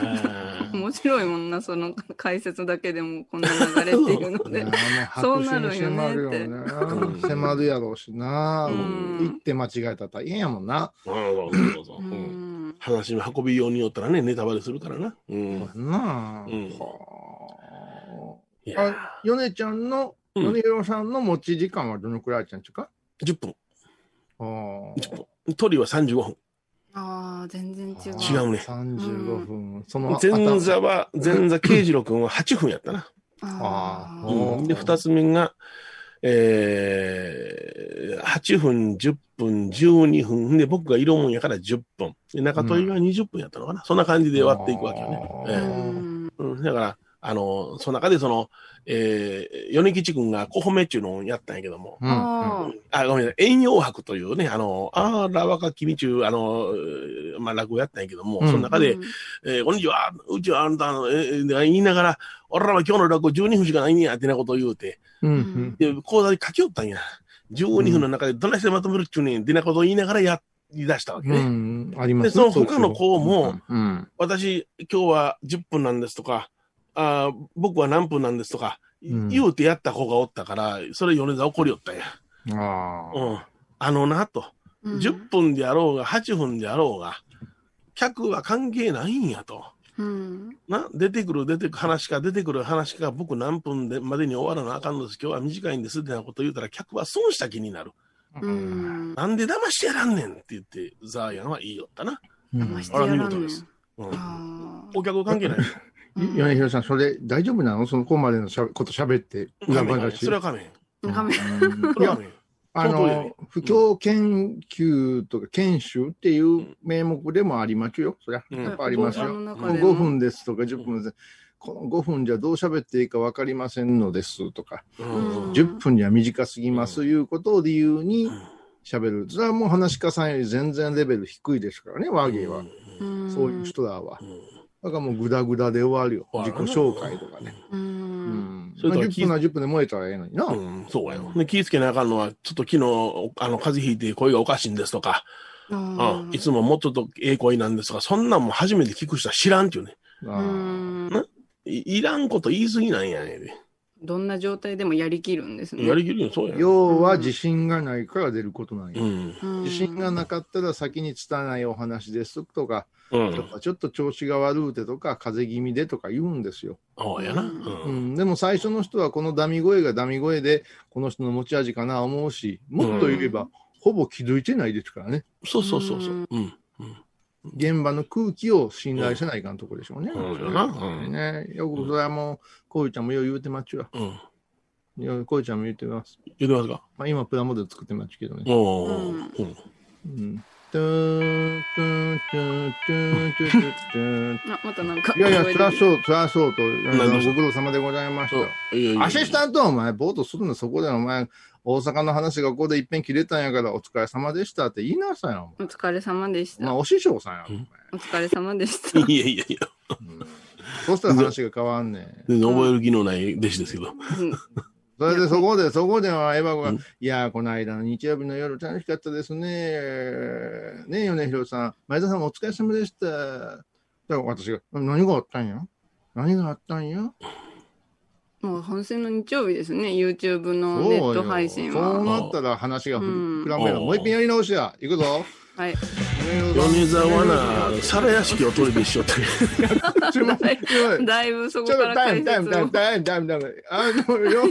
Speaker 4: え
Speaker 2: 面白いもんなその解説だけでもこんな流れっていうの
Speaker 3: いや
Speaker 2: で
Speaker 3: もう
Speaker 2: そう
Speaker 3: 白
Speaker 2: なる
Speaker 3: 紙に
Speaker 2: よ
Speaker 3: 迫
Speaker 2: ね
Speaker 3: るよ
Speaker 2: って
Speaker 3: ね。迫るやろうしな。
Speaker 2: うん
Speaker 3: 行って間違えたら大変やもんな。
Speaker 4: えうんそうそ
Speaker 2: う
Speaker 4: うそううん
Speaker 2: ん
Speaker 4: 話の運びようによったらね、ネタバレするからな。うん。
Speaker 3: なあ。
Speaker 4: うん
Speaker 3: はい
Speaker 4: や
Speaker 3: あ、ヨネちゃんの、
Speaker 4: うん
Speaker 3: ヨネヒロさんの持ち時間はどのくらいあったんちゅうか
Speaker 4: 10分、
Speaker 3: あー
Speaker 4: 10分。鳥は35分。
Speaker 2: ああ全然違う
Speaker 4: 違うね
Speaker 3: 35分。その
Speaker 4: 前
Speaker 3: 頭
Speaker 4: 座は、前座慶次郎君は8分やったな。
Speaker 2: あ
Speaker 3: あー
Speaker 2: ー
Speaker 4: うんで、
Speaker 3: うん
Speaker 4: 2つ目が、えー、8分、10分、12分。で、僕が色もんやから10分。で、中戸が20分やったのかな。そんな感じで終わっていくわけよね。
Speaker 3: あ
Speaker 2: う
Speaker 4: ええ
Speaker 2: ん
Speaker 4: うん、だから、あの、その中でその、えー、米吉君が小褒めっちゅうのをやったんやけども、
Speaker 3: うんうん
Speaker 2: あ
Speaker 4: あ、ごめんなさい、遠洋博というね、あの、あーら若君ちゅう、あの、まあ、落語やったんやけども、
Speaker 3: うん
Speaker 4: その中
Speaker 2: ー
Speaker 4: で、
Speaker 2: うん
Speaker 4: えーこんにちは、うちはあんたの、えー言いながら、俺らは今日の落語12分しかないんや、ってなことを言うて、
Speaker 3: うんん。
Speaker 4: で、講座に書きよったんや。12分の中でどないしてまとめるっちゅうねん、ってなことを言いながらや、言い出したわけ
Speaker 3: う
Speaker 4: ね。
Speaker 3: ん。あります
Speaker 4: でその他の子も、
Speaker 3: うん。
Speaker 4: 私、今日は10分なんですとか、あー僕は何分なんですとか、い
Speaker 3: うん
Speaker 4: 言うてやった子がおったから、それ米沢怒りよったんや。
Speaker 3: ああ。
Speaker 4: うん。あのな、と。
Speaker 2: うん
Speaker 4: 10分であろうが、8分であろうが、客は関係ないんやと。
Speaker 2: うん
Speaker 4: な、出てくる、出てくる話か、出てくる話か、僕何分でまでに終わらなあかんのです、今日は短いんですってなこと言うたら、客は損した気になる。
Speaker 2: う
Speaker 3: うん
Speaker 2: ん
Speaker 4: なんで騙してやらんねんって言って、ザーヤンは言いよったな。
Speaker 2: 騙してやらんね
Speaker 4: あれは見事で
Speaker 2: ん
Speaker 4: すうん。
Speaker 2: あー
Speaker 4: お客は関係ない。
Speaker 2: うん
Speaker 3: 米広さん、それ大丈夫なのその子までのしゃべこと喋って。
Speaker 4: かめん。
Speaker 3: 私
Speaker 4: それはかめん。
Speaker 2: 画面
Speaker 3: うん
Speaker 4: そ
Speaker 3: い
Speaker 4: れは
Speaker 3: や
Speaker 4: か、めん。
Speaker 3: あ
Speaker 4: その通りやね
Speaker 3: の、不況研究とか研修っていう名目でもありますよ。そりゃ、
Speaker 4: うん
Speaker 3: やっぱありますよ。
Speaker 2: うん
Speaker 3: この5分ですとか10分です。この5分じゃどう喋っていいか分かりませんのですとか、
Speaker 4: うん。
Speaker 2: うん
Speaker 3: 10分じゃ短すぎますということを理由に喋る。それはもう話し家さんより全然レベル低いですからね、ワーゲーは。
Speaker 2: うん
Speaker 3: そういう人らは
Speaker 4: う。ん
Speaker 3: だからもうグダグダで終わるよ。
Speaker 4: 終
Speaker 3: 自
Speaker 4: わる
Speaker 3: 己紹介とかね。
Speaker 2: う
Speaker 3: うんん。
Speaker 4: それ
Speaker 3: ま
Speaker 4: と
Speaker 3: あ
Speaker 4: は
Speaker 3: 10分は10分で燃えたらええのにな。
Speaker 4: うん、そうやよ。で、気ぃつけなあかんのは、ちょっと昨日、あの、風邪ひいて声がおかしいんですとか、
Speaker 2: あ
Speaker 4: うん、
Speaker 2: ー
Speaker 4: いつももうちょっとええ声なんですとか、そんなんも初めて聞く人は知らんっていうね。
Speaker 3: あー
Speaker 2: うん
Speaker 4: いいらんこと言い過ぎなんやねで。
Speaker 2: どんな状態でもやりきるんですね
Speaker 4: やりきるよ、そうやよ。
Speaker 3: 要は自信がないから出ることなん
Speaker 4: う
Speaker 3: よ。
Speaker 4: ん。
Speaker 2: うん
Speaker 3: 自信がなかったら先に拙ないお話ですとか、
Speaker 4: う
Speaker 3: と
Speaker 4: ん。
Speaker 3: かちょっと調子が悪うてとか、風邪気味でとか言うんですよ。
Speaker 4: そうやな。う。
Speaker 3: うんん、でも最初の人はこのダミ声がダミ声で、この人の持ち味かな思うし、もっと言えば、
Speaker 2: う
Speaker 3: ほぼ気づいてないですからね。
Speaker 4: そうそうそうそう。うん。
Speaker 3: 現場の空気を信頼せないかんとこでしょうね。
Speaker 4: うんそうやなうん
Speaker 3: ねよくそれはもう、こういちゃんもよう言うてまっちゅわ。
Speaker 4: うん。
Speaker 3: ようこういちゃんも言うてます。
Speaker 4: 言うてますか
Speaker 3: まあ今プラモデル作ってまっちゅけどね。
Speaker 4: おお。
Speaker 2: う
Speaker 4: うんん。
Speaker 3: うん。トゥーン、トゥーン、トゥーン、トゥーン、トゥーン、トゥーントゥーン。
Speaker 2: あまたなんか
Speaker 3: いやいや、つら
Speaker 2: う
Speaker 3: そう、つらそうと、あ
Speaker 4: 何
Speaker 3: の
Speaker 4: でし
Speaker 3: ご
Speaker 4: ょう
Speaker 3: 苦労様でございました。
Speaker 4: いやいや
Speaker 3: アシスタントはお前、ボートするのそこでお前、大阪の話がここでいっぺん切れたんやから、お疲れ様でしたって言いなさいよ。
Speaker 2: お疲れ様でし
Speaker 3: お前、
Speaker 2: た
Speaker 3: お
Speaker 2: お
Speaker 3: 師匠さんやろ、お前。
Speaker 2: 疲れ様でした
Speaker 4: いやいやいや。
Speaker 3: うんそうしたら話が変わんねん。
Speaker 4: 全然覚える技能ない弟子ですけど。
Speaker 2: うん
Speaker 3: それでそこで、そこではエヴァ子が、
Speaker 4: うん
Speaker 3: いやー、この間の日曜日の夜楽しかったですね。ねえ、米広さん。前田さんお疲れ様でした。だから私が、何があったんや何があったんや
Speaker 2: (laughs) もう本戦の日曜日ですね、YouTube の
Speaker 3: そう
Speaker 2: ネ
Speaker 3: よ
Speaker 2: ット配信
Speaker 3: そう
Speaker 2: は。
Speaker 3: なったら話がふ
Speaker 2: うん
Speaker 3: 膨らめる。
Speaker 4: うん
Speaker 3: もう一遍やり直しだ。行くぞ。
Speaker 2: はい。
Speaker 4: (laughs) 米沢な、皿屋敷を取りにしようって。
Speaker 3: (laughs) ちょっと待ってちょっと待って
Speaker 2: だいぶそこ
Speaker 3: ちょっ
Speaker 2: か
Speaker 3: と
Speaker 2: ら
Speaker 3: タ
Speaker 2: 解
Speaker 3: イムタイ
Speaker 2: 説
Speaker 3: ムタイ
Speaker 2: を
Speaker 3: ム。タイムタイムタイムあのよよ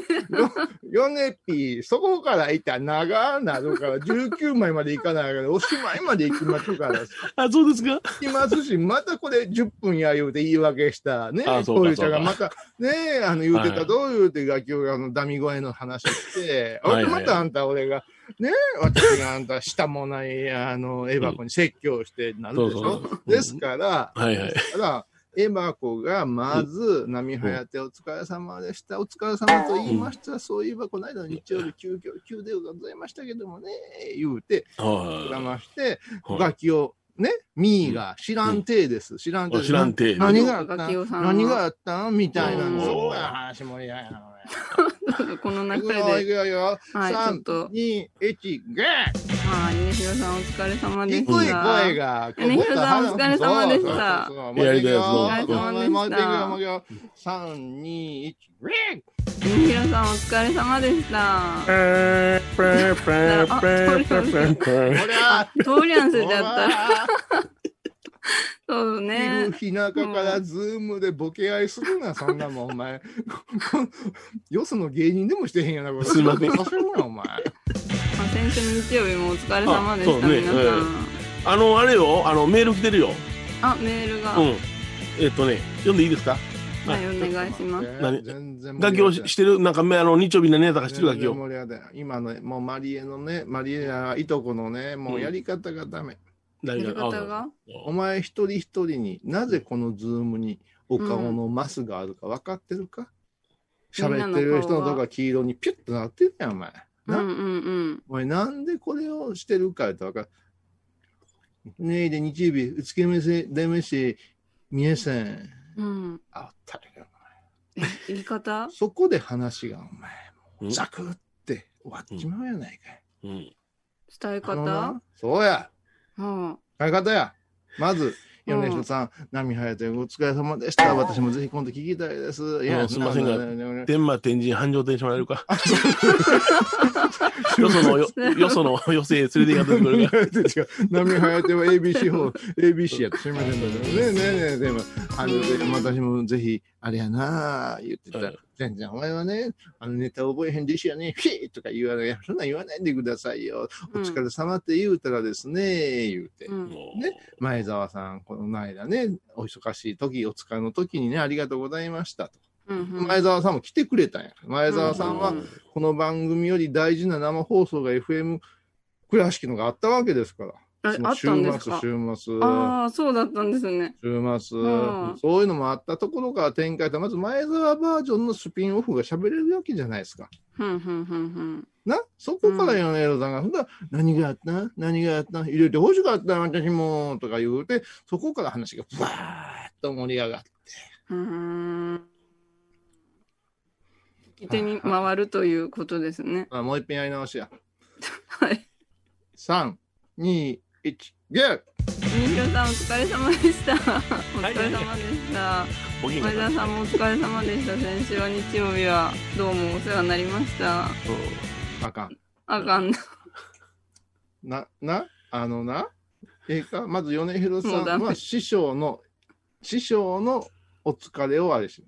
Speaker 3: ヨネピーそこから行ったら長なるから19枚まで行かないからおしまいまで行きますから行
Speaker 4: あ、そうですか
Speaker 3: きますしまたこれ10分や言うて言い訳したね
Speaker 4: あそう
Speaker 3: こ
Speaker 4: か
Speaker 3: ういうちゃんが
Speaker 4: そう
Speaker 3: またねあの言うて
Speaker 4: は
Speaker 3: た
Speaker 4: い
Speaker 3: どういうて楽器をあのダミ声の話して
Speaker 4: はいはい
Speaker 3: ほんでまたあんた俺がね私があんた下もないあのエバコに説教してなるでし
Speaker 4: そ
Speaker 3: ょ
Speaker 4: うそう
Speaker 3: ですから
Speaker 4: はいはい。
Speaker 3: ただ、エバコがまず、波はやてお疲れ様でした、お疲れ様と言いました、そういえばこの間の日曜日、急遽、急でございましたけどもね、言うて、膨ら
Speaker 4: は
Speaker 3: まして、
Speaker 4: いはい。
Speaker 3: ガキを、ね、ミーが知らんていです、知らんてい
Speaker 4: お知らんてえ
Speaker 3: 何があった
Speaker 2: ガキオさんは
Speaker 3: 何があったみたいな、
Speaker 2: うん
Speaker 3: そこが話も嫌やな、俺。
Speaker 2: この
Speaker 3: い
Speaker 2: 流
Speaker 3: くよ、
Speaker 2: れ
Speaker 3: いく
Speaker 2: で、
Speaker 3: よ、いくよ。
Speaker 2: はい
Speaker 3: 3、
Speaker 2: ちょっと
Speaker 3: 2、1、ゲー
Speaker 2: まあ、峰広さんお疲れ様で
Speaker 3: 低い
Speaker 2: した。
Speaker 3: 声が。
Speaker 2: ねひろさんお疲れ様でした
Speaker 3: そうそうそう
Speaker 4: やりたいやつ
Speaker 3: もう
Speaker 4: の
Speaker 3: 一回行くよもう一回行くよもう一回行くよ3、2、1、ウィー
Speaker 2: 峰広さんお疲れ様でした。 (laughs)
Speaker 3: こりゃあ
Speaker 2: トーリャンスじゃったら、そう
Speaker 3: いる
Speaker 2: ね。
Speaker 3: 日中からズームでボケ合いす
Speaker 2: (laughs)
Speaker 3: るな、そんなもん、お前。 (laughs) よその芸人でもしてへんやな、これ。
Speaker 4: すいません
Speaker 3: させろな、お
Speaker 2: ま
Speaker 3: 前。
Speaker 2: あ先週の日曜日もお疲れ様で
Speaker 4: あ
Speaker 2: し
Speaker 4: そ
Speaker 2: た、
Speaker 4: うね
Speaker 2: 皆さん。
Speaker 4: えあの、あれよ、あの、メール来てるよ。
Speaker 2: あ、メールが。
Speaker 4: う
Speaker 2: はい、
Speaker 4: ん。えっとね、読んでいいですか
Speaker 2: お願いします。
Speaker 4: 何
Speaker 3: 全然
Speaker 4: 楽器をしてる、なんか、めあの、日曜日のネタがしてる楽器
Speaker 3: 全然
Speaker 4: を。
Speaker 3: 盛り上がらない今の、もうマリエのね、マリエやいとこのね、もうやり方がダメ。
Speaker 4: 何
Speaker 2: やり方
Speaker 4: あ
Speaker 2: が。
Speaker 3: お前一人一人になぜこのズームにお顔のマスがあるか分かってるか
Speaker 2: みんな
Speaker 3: 喋
Speaker 2: の
Speaker 3: ってる人のとこが黄色にピュッとなってるやん、お前。
Speaker 2: う
Speaker 3: な、
Speaker 2: んうん
Speaker 3: お前なんでこれをしてるかって分かる。ねえで日曜日、うつけめせ、でめし、みえせん。
Speaker 2: うん。うん。
Speaker 3: あったりが
Speaker 2: え言い方
Speaker 3: そこで話が、お
Speaker 4: うん
Speaker 3: 前、ザクって終わっちまうやないかい。
Speaker 4: う
Speaker 2: 伝え
Speaker 4: ん。
Speaker 3: あの
Speaker 2: 方
Speaker 3: なそうや。
Speaker 2: うん。
Speaker 3: 相方や。まず、
Speaker 2: うん
Speaker 3: 米人さん、波早とお疲れ様でした。私もぜひ今度聞きたいです。い
Speaker 4: も
Speaker 3: や、
Speaker 4: うすいませんが
Speaker 3: ななな
Speaker 4: 天馬天神繁盛店してもらえるか。よそ
Speaker 2: (laughs)
Speaker 4: の、よよその、寄せへ連れて行かせてくれるか。
Speaker 3: 違う (laughs) 波早手は ABC 法、ABC やとすいませんだけどねえねえねえ、でも、あの、でも私もぜひ、あれやなあ言ってたら
Speaker 4: うん、
Speaker 3: 全然お前はね、あのネタ覚えへんでしやね、フィーとか言わないいや、そんなん言わないでくださいよ。お疲れ様って言うたらですね、言うて。
Speaker 2: うん。
Speaker 4: も
Speaker 3: ね前澤さん、この間ね、お忙しい時、お疲れの時にね、ありがとうございましたと。
Speaker 2: うん。うん
Speaker 3: 前澤さんも来てくれたんや。前澤さんは
Speaker 2: うん、
Speaker 3: この番組より大事な生放送が FM 倉敷のがあったわけですから。
Speaker 2: ああ
Speaker 3: その
Speaker 2: っ
Speaker 3: 週
Speaker 2: たんです
Speaker 3: 末
Speaker 2: か、
Speaker 3: 週末、
Speaker 2: ああ、そうだったんですね。
Speaker 3: 週末、
Speaker 2: うん
Speaker 3: そういうのもあったところから展開した、まず前澤バージョンのスピンオフが喋れるわけじゃないですか。
Speaker 2: ふんふんふんふん。
Speaker 3: な、そこから米ロさんが、ほんだら何があった何があった入れて欲しかった私もとか言うて、そこから話がブワーッと盛り上がって。
Speaker 2: うーん。聞き手に回るということですね。
Speaker 3: あもう一遍やり直しや。
Speaker 2: はい。
Speaker 3: 3、2、1、ギュッ
Speaker 2: みひろさんお疲れ様でした。お疲れ様でした。
Speaker 4: お元気
Speaker 2: 前
Speaker 4: か
Speaker 2: 田
Speaker 4: な
Speaker 2: さんもお疲れ様でした。先週は日曜日はどうもお世話になりました。
Speaker 3: あかん。
Speaker 2: あかんな。
Speaker 3: な、な、あのな、ええか、まず米広
Speaker 2: もう
Speaker 3: さ
Speaker 2: ダ
Speaker 3: ん
Speaker 2: メ
Speaker 3: は師匠の、師匠のお疲れをあれし、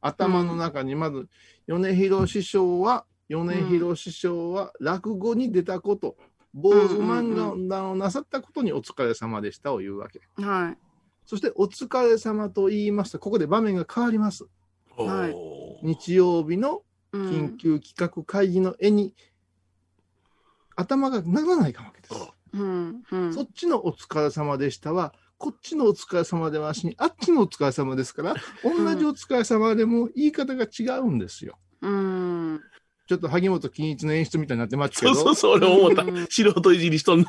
Speaker 3: 頭の中にまず、米広師匠は、米広師匠は落語に出たこと、坊主漫画をなさったことにお疲れ様でしたを言うわけ。
Speaker 2: は
Speaker 3: そして、お疲れ様と言いますと、ここで場面が変わります。
Speaker 4: お
Speaker 2: は
Speaker 4: ー
Speaker 2: い
Speaker 3: 日曜日の
Speaker 2: い。うん
Speaker 3: 緊急企画会議の絵に頭がならないかわけです。
Speaker 2: うん。うん。
Speaker 3: そっちのお疲れ様でしたは、こっちのお疲れ様ではしに、あっちのお疲れ様ですから、同じお疲れ様でも言い方が違うんですよ。
Speaker 2: うん。
Speaker 3: ちょっと萩本欽一の演出みたいになってますけど、
Speaker 4: そうそうそう、俺思った
Speaker 2: うん。
Speaker 4: 素人いじりしとんの。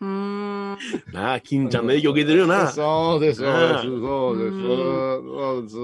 Speaker 2: うーん。
Speaker 4: なあ、金ちゃんの影響受けてるよな。
Speaker 3: そうです、そうです、
Speaker 4: う
Speaker 3: そうです、
Speaker 2: うん
Speaker 3: そうです。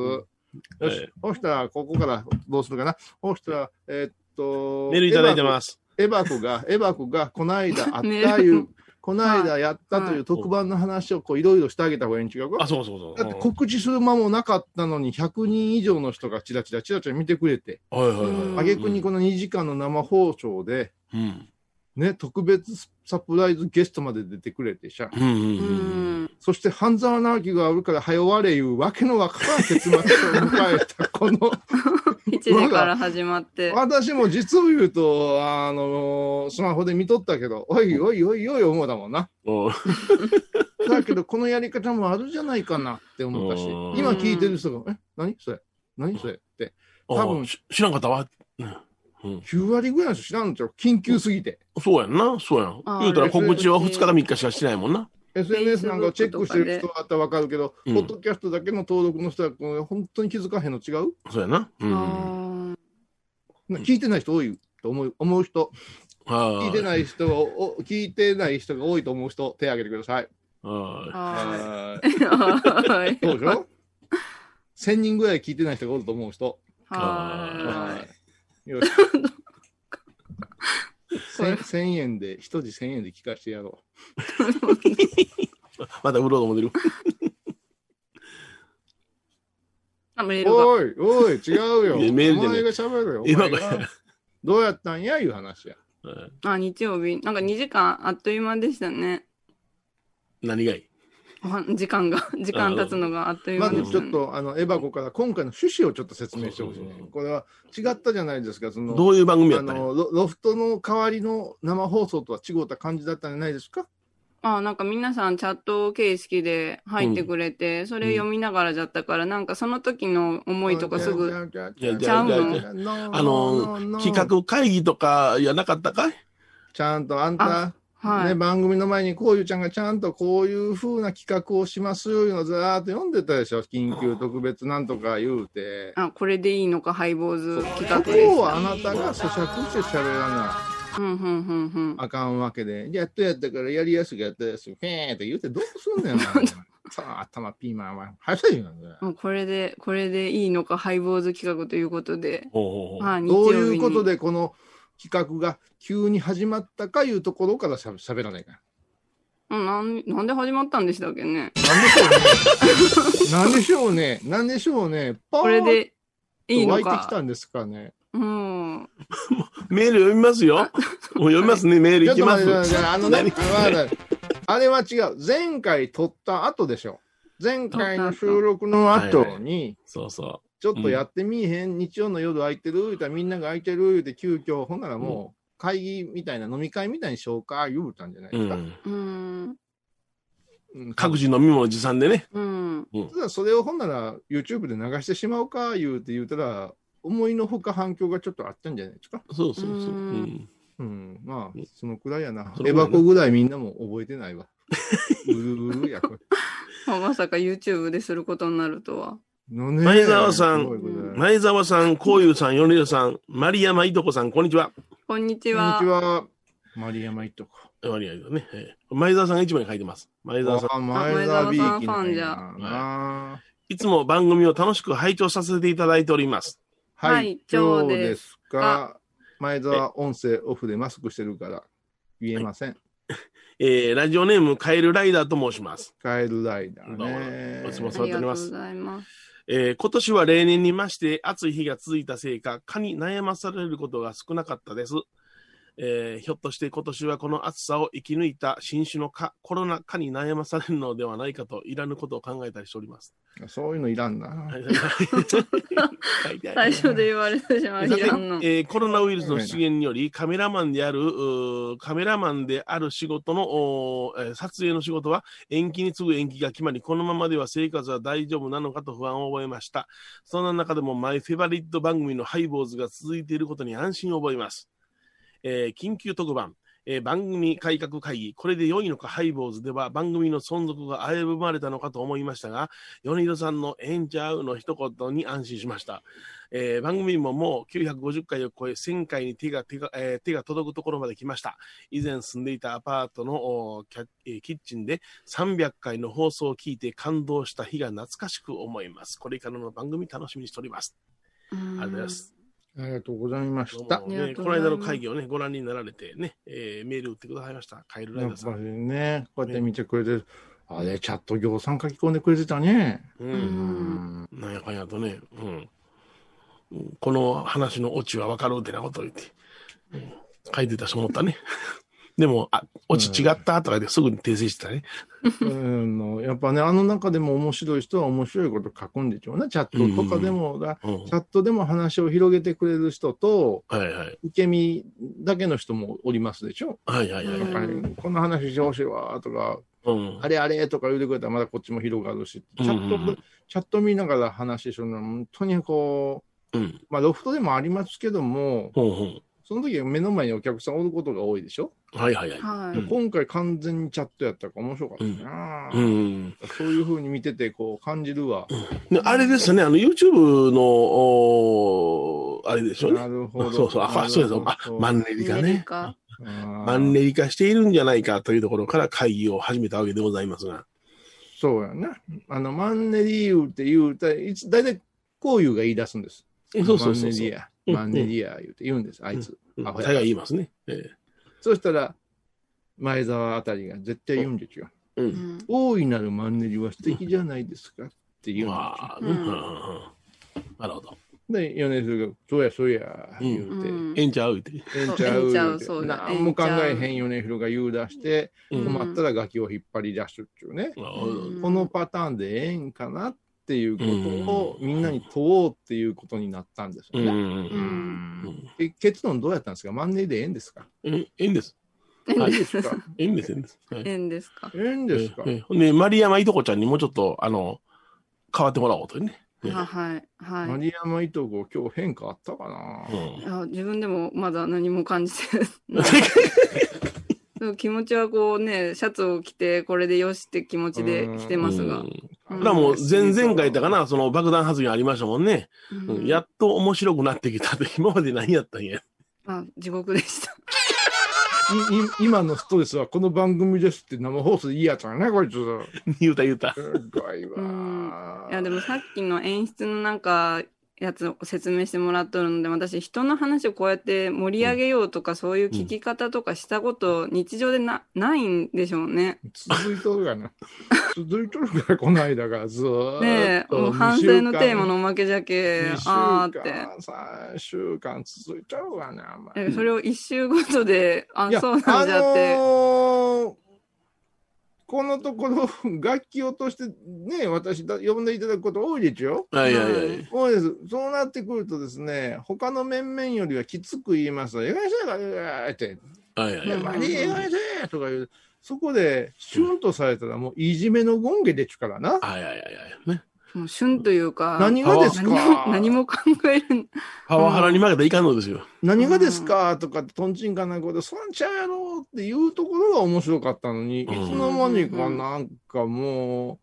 Speaker 3: よし、そしたら、ここからどうするかな。そしたら、えーっと、
Speaker 4: メールいただいてます。
Speaker 3: エバコが、エバコが、この間あった
Speaker 4: (laughs)
Speaker 2: メール
Speaker 3: いう、この間やったという特番の話をこういろいろしてあげた方がいいん違う
Speaker 4: あ、
Speaker 3: か
Speaker 4: そうそうそう。
Speaker 3: だって告知する間もなかったのに100人以上の人がチラチラチラチラ見てくれて、
Speaker 4: はいはい
Speaker 2: うん
Speaker 4: は
Speaker 3: 挙
Speaker 4: い。
Speaker 3: 句にこの2時間の生放送で、
Speaker 4: うん。
Speaker 3: ね、特別サプライズゲストまで出てくれてしゃ、
Speaker 4: うんうん
Speaker 2: う
Speaker 4: うん。
Speaker 2: ん。
Speaker 3: そして半沢直樹があるから早終われいうわけのわからん結末を迎えたこの、
Speaker 2: 1時から始まって。
Speaker 3: 私も実を言うと、あのスマホで見とったけど、おいおいおいおい思うだもんな。
Speaker 4: お
Speaker 3: だけど、このやり方もあるじゃないかなって思ったし
Speaker 4: うん、
Speaker 3: 今聞いてる人が、え、何それ何それって、多分
Speaker 4: あし知らんかったわ。うん
Speaker 3: 9割ぐらいの人知らんのちゃう緊急すぎて。
Speaker 4: そうやんな、そうやん
Speaker 2: あ。ー
Speaker 4: 言うたら告知は2日から3日しかしてないもんな。
Speaker 3: SNS なんかをチェックしてる人だったらわかるけど、
Speaker 4: う
Speaker 3: ポ
Speaker 4: ん
Speaker 3: ッドキャストだけの登録の人は、これ本当に気づかへんの違う
Speaker 4: そうやな。うん。あ
Speaker 2: あ
Speaker 3: な聞いてない人多いと思う思う人、
Speaker 4: あ
Speaker 3: 聞いて
Speaker 4: ー。
Speaker 3: ない人がお、聞いてない人が多いと思う人、手挙げてください。
Speaker 2: ー
Speaker 4: あ
Speaker 2: は
Speaker 3: はい
Speaker 2: い。
Speaker 3: (laughs)
Speaker 2: はい。
Speaker 3: どうでしょう ?1000 人ぐらい聞いてない人がおると思う人。
Speaker 2: は
Speaker 3: はい。 (laughs) よし。千千円で、一人千円で聞かしてやろ
Speaker 4: ーまた売ろうと思ってる。
Speaker 2: い。メール
Speaker 3: う。
Speaker 2: が。
Speaker 3: おい、おい、違うよ。
Speaker 4: いやメールじゃ
Speaker 3: お
Speaker 4: な
Speaker 3: 前
Speaker 4: い
Speaker 3: が喋るよ。
Speaker 4: 今
Speaker 3: お前がどうやったんやいう話や。
Speaker 4: はい
Speaker 2: あ、日曜日。なんか2時間あっという間でしたね。
Speaker 4: 何がいい
Speaker 2: おは時間が、 (laughs) 時間経つのがあっという
Speaker 3: ま
Speaker 2: 間
Speaker 3: ず
Speaker 2: でし
Speaker 3: ち
Speaker 2: た
Speaker 3: ょっ
Speaker 2: ね。
Speaker 3: と、あの、エバコから今回の趣旨をちょっと説明してほしい
Speaker 4: そうそうそ
Speaker 3: ね
Speaker 4: う。
Speaker 3: これは違ったじゃないですか、その、
Speaker 4: どういう番組や
Speaker 3: あ
Speaker 4: ったんや
Speaker 3: のロロフトの代わりの生放送とは違うた感じだったんじゃないですか
Speaker 2: あ、なんか皆さんチャット形式で入ってくれて、それ読みながらじゃったから、なんかその時の思いとかすぐ、
Speaker 3: ちゃう
Speaker 4: いや
Speaker 2: ちゃうの
Speaker 4: あの企画会議とかやなかったかい
Speaker 3: ちゃんとあんた
Speaker 2: は
Speaker 3: ね、
Speaker 2: い。
Speaker 3: 番組の前にこういうちゃんがちゃんとこういう風な企画をしますよいうのをずらーっと読んでたでしょ緊急特別なんとか言うて
Speaker 2: あ、これでいいのか、ハイボーズ企
Speaker 3: そ
Speaker 2: 画
Speaker 3: こ
Speaker 2: です。
Speaker 3: をあなたが咀嚼して喋らな
Speaker 2: うん、うん、うん、うん。
Speaker 3: あかんわけでやっとやったからやりやすくやったやすくフェーって言うてどうすんねんお前
Speaker 4: (laughs)
Speaker 3: さあ頭ピーマンは早いよな
Speaker 2: もうこれで、これでいいのか、ハイボーズ企画ということで、
Speaker 4: ほうほうほう
Speaker 2: はい、日
Speaker 3: ど
Speaker 2: 曜
Speaker 3: う
Speaker 2: 日に。
Speaker 3: いうことでこの企画が急に始まったかいうところからしゃべらない
Speaker 4: (laughs)
Speaker 3: か
Speaker 2: うんなん、なんで始まったんでしたっけね。
Speaker 3: なんでしょうねなんでしょうねパー
Speaker 2: これ
Speaker 3: ッ
Speaker 2: でいい
Speaker 3: と
Speaker 2: の
Speaker 3: 湧いてき
Speaker 2: か。
Speaker 3: たんですかね
Speaker 2: うん。
Speaker 4: メール読みます (laughs) よ。もう読みますね、メール
Speaker 3: ちょ
Speaker 4: い
Speaker 3: っ
Speaker 4: き
Speaker 3: と
Speaker 4: ま
Speaker 3: 待
Speaker 4: す
Speaker 3: っ。てちょっと待ってあのね、
Speaker 4: 何
Speaker 3: あのあのあれは違う。前回撮った後でしょ。前回の収録の後に、
Speaker 4: そうそ。
Speaker 3: ちょっとやってみいへん、日曜の夜空いてる言うたらみんなが空いてる言うて急遽、ほんならもう会議みたいな、飲み会みたいにしようか言うたんじゃないうで
Speaker 4: う
Speaker 3: すか。
Speaker 4: ん。
Speaker 2: うん。
Speaker 3: うん
Speaker 4: 各自飲み物持参でね。
Speaker 2: うん。
Speaker 3: ただそれをほんなら YouTube で流してしまおうか言うて言うたら、思いのほか反響がちょっとあったんじゃないですか。
Speaker 4: そうそうそう。う
Speaker 2: うんん。
Speaker 3: うん、まあ、そのくらいやな
Speaker 4: そ。のくら
Speaker 3: エ
Speaker 4: いな
Speaker 3: バコぐらいみんなも覚えてないわ。うるうるや、これ。
Speaker 2: (laughs) まあまさか YouTube ですることになるとは。
Speaker 3: なんで
Speaker 4: 前澤さん
Speaker 3: すごいことだよ
Speaker 4: 前澤さん、こういうさん、米田さん、丸山いとこさん、こんにちは。
Speaker 2: こんにち
Speaker 3: こんに
Speaker 2: は。
Speaker 3: ちは。丸山いとこ。
Speaker 4: 割合だね。えー前澤さんが一番に書いてます。前澤さん。
Speaker 3: あ
Speaker 2: 前澤
Speaker 3: 前澤
Speaker 2: さ
Speaker 3: ビ
Speaker 2: ん
Speaker 3: ー
Speaker 2: フ
Speaker 3: キ
Speaker 2: ァ
Speaker 3: な
Speaker 2: ン
Speaker 3: ん
Speaker 2: じ
Speaker 3: や
Speaker 2: ゃ
Speaker 3: な。
Speaker 4: いつも番組を楽しく拝聴させていただいております。
Speaker 2: はい
Speaker 3: はい、
Speaker 2: 今
Speaker 3: 今
Speaker 2: 日
Speaker 3: 日
Speaker 2: で
Speaker 3: ですすか。前澤音声オフでマスクしてるから言えません。
Speaker 4: えーラジオネーム、カエルライダーと申します。
Speaker 3: カエルライダー
Speaker 4: どうも
Speaker 3: ね。
Speaker 4: いつも
Speaker 2: あ
Speaker 4: 座っ
Speaker 2: り
Speaker 4: て
Speaker 2: がとう
Speaker 4: おり
Speaker 2: ご
Speaker 4: ます
Speaker 2: ざいます。
Speaker 4: えー今年は例年に増して暑い日が続いたせいか、蚊に悩まされることが少なかったです。えーひょっとして今年はこの暑さを生き抜いた新種の蚊、コロナ蚊に悩まされるのではないかと、いらぬことを考えたりしております。
Speaker 3: そういうのいらんな。 (laughs)
Speaker 4: はいはいはい
Speaker 2: 最初で言われてしまい
Speaker 4: さて
Speaker 2: あんの。
Speaker 4: (laughs) えーコロナウイルスの出現により、カメラマンである、うーカメラマンである仕事の、おーえー撮影の仕事は延期に次ぐ延期が決まり、このままでは生活は大丈夫なのかと不安を覚えました。そんな中でもマイフェバリット番組のハイボーズが続いていることに安心を覚えます。えー緊急特番。えー番組改革会議、これで良いのか、ハイボーズでは番組の存続が危ぶまれたのかと思いましたが、米田さんのエンジャーの一言に安心しました。えー番組ももう950回を超え1000回に手が手が、えー手が届くところまで来ました。以前住んでいたアパートのおーキャえーキッチンで300回の放送を聞いて感動した日が懐かしく思います。これからの番組楽しみにしております。
Speaker 2: うん
Speaker 4: ありがとうございます。
Speaker 3: ありがとうございました。
Speaker 4: どうもね、この間の会議をね、ご覧になられてね、えーメール打ってくださいました。カエルラ
Speaker 3: や
Speaker 4: イ
Speaker 3: っ
Speaker 4: ダーさ
Speaker 3: ぱり
Speaker 4: ん。
Speaker 3: ね、こうやって見てくれてる。あれ、チャット行さん書き込んでくれてたね。
Speaker 4: う。
Speaker 2: うんん。
Speaker 4: なんやかんやとね、うん。うんこの話のオチはわかるってなことを言って、うん書いてたし思ったね。 (laughs) でも、あ、オチ違ったとかですぐに訂正してたね。
Speaker 3: うんのやっぱね、あの中でも面白い人は面白いこと書くんでしょうね。チャットとかでも、だ
Speaker 4: うん。
Speaker 3: チャットでも話を広げてくれる人と、
Speaker 4: はいはい。
Speaker 3: 受け身だけの人もおりますでしょ。
Speaker 4: はいはいはい。
Speaker 2: う
Speaker 3: や
Speaker 2: ん
Speaker 3: っぱり、こんな話してほしいわとか、
Speaker 4: うん。
Speaker 3: あれあれとか言うてくれたらまだこっちも広がるし、チ
Speaker 4: う
Speaker 3: ャ
Speaker 4: ん
Speaker 3: ット、チャット見ながら話するのは本当にこ
Speaker 4: うん。
Speaker 3: う、まあロフトでもありますけども、
Speaker 4: ほうほう。
Speaker 3: その時は目の前にお客さんおることが多いでしょ、
Speaker 4: はいはいはい。
Speaker 2: はい。
Speaker 4: うん
Speaker 3: 今回完全にチャットやったから面白かったな、
Speaker 4: うん。
Speaker 3: そういうふうに見ててこう感じるわ、
Speaker 4: であれですよね、あの、YouTube の、おーあれでしょう
Speaker 3: な
Speaker 4: ね。
Speaker 3: るほど
Speaker 4: そうそう、あ、そうです。あ、マンネリ化ね。
Speaker 2: か。
Speaker 4: マンネリ化しているんじゃないかというところから会議を始めたわけでございますが。
Speaker 3: そうやねあのマンネリ言うって言うたらいつ大体こういうが言い出すんです
Speaker 4: そうそうそ
Speaker 3: マン
Speaker 4: うそう。
Speaker 3: ネリや
Speaker 4: うん
Speaker 3: マンネリや言うて言うんですあいつ、
Speaker 4: うん
Speaker 3: アホや
Speaker 4: 大概言いますね。え
Speaker 3: そしたら前澤あたりが絶対言うんですよ、
Speaker 4: えう。
Speaker 2: うんん。
Speaker 3: 大いなるマンネリは素敵じゃないですかって言うんですよ
Speaker 4: まあ、ね、
Speaker 2: う
Speaker 4: うんんうんうんなるほど。
Speaker 3: で、米津が、そうやそうや、
Speaker 4: うん
Speaker 3: 言うて、
Speaker 2: うん
Speaker 4: ええんちゃうって。
Speaker 3: ええんちゃ
Speaker 2: ええ
Speaker 3: う、
Speaker 2: んちゃう
Speaker 3: 言て
Speaker 2: そうだ
Speaker 3: 何も考えへん米広が言う出して、
Speaker 4: うん
Speaker 3: 困ったらガキを引っ張り出すっていうね、
Speaker 2: うん
Speaker 3: このパターンでええんかなっていうことをみんなに問おうっていうことになったんです
Speaker 4: う
Speaker 3: よ
Speaker 4: んう
Speaker 3: ね。
Speaker 2: うんん。
Speaker 4: うん
Speaker 3: え結論どうやったんですかマンネリでええんですか
Speaker 4: ええんです。
Speaker 3: え
Speaker 4: は
Speaker 3: え
Speaker 4: い
Speaker 3: んで
Speaker 2: (laughs)
Speaker 3: すか
Speaker 4: ええんです、ええんです。はい
Speaker 2: 縁ですか。
Speaker 3: ええんですか
Speaker 4: ええええほんで、丸山いとこちゃんにもうちょっと、あの、変わってもらおうというね。ええ
Speaker 2: ははい。は
Speaker 3: 丸山いとこ今日変化あったかな
Speaker 4: うん
Speaker 2: い。いや自分でもまだ何も感じてない
Speaker 4: (laughs)
Speaker 2: そう気持ちはこうねシャツを着てこれでよしって気持ちで着てますが
Speaker 4: うん
Speaker 2: うん
Speaker 4: だからもう前々回だかな、その爆弾発言ありましたもんね。
Speaker 2: う
Speaker 4: うんんやっと面白くなってきたって、今まで何やったんや。
Speaker 2: あ地獄でした
Speaker 3: いい今のストレスはこの番組ですって生放送でいいやつだね、こいつ。
Speaker 4: 言うた言うた。
Speaker 3: すごいわ。
Speaker 2: いやでもさっきの演出のなんかやつを説明してもらっとるので私人の話をこうやって盛り上げようとか、そういう聞き方とかしたこと日常でなないんでしょうね。
Speaker 3: 続いとるがな。 (laughs) 続いとるから、この間からずーっと。
Speaker 2: ねえもう反省のテーマのおまけじゃけ
Speaker 3: 2週間
Speaker 2: あーって。
Speaker 3: 3週間続いちゃうわな、お前
Speaker 2: えそれを一周ごとで、あ、そうなんじゃっ
Speaker 3: あ
Speaker 2: て。
Speaker 3: のーこのところ、楽器落としてね、私だ、呼んでいただくこと多いでしょ
Speaker 4: はいはいは
Speaker 2: はい
Speaker 4: い。
Speaker 3: そうです。そうなってくるとですね、他の面々よりはきつく言います。えがいせえって、
Speaker 4: はいはい
Speaker 3: いや、
Speaker 4: はい。
Speaker 3: マリえがいせえとか言う。そこで、シュンとされたら、もういじめの権下でちゅからな。
Speaker 4: はいはいはいはい。ね。
Speaker 2: もう旬というか、
Speaker 3: 何がです
Speaker 2: 何も
Speaker 3: か
Speaker 2: 何も考える。
Speaker 4: パワハラに負けたらいかんのですよ。
Speaker 3: 何がですかとかって、とんちんかんなことで、そんちゃうやろっていうところが面白かったのに、いつ
Speaker 4: うん
Speaker 3: の間にかなんかも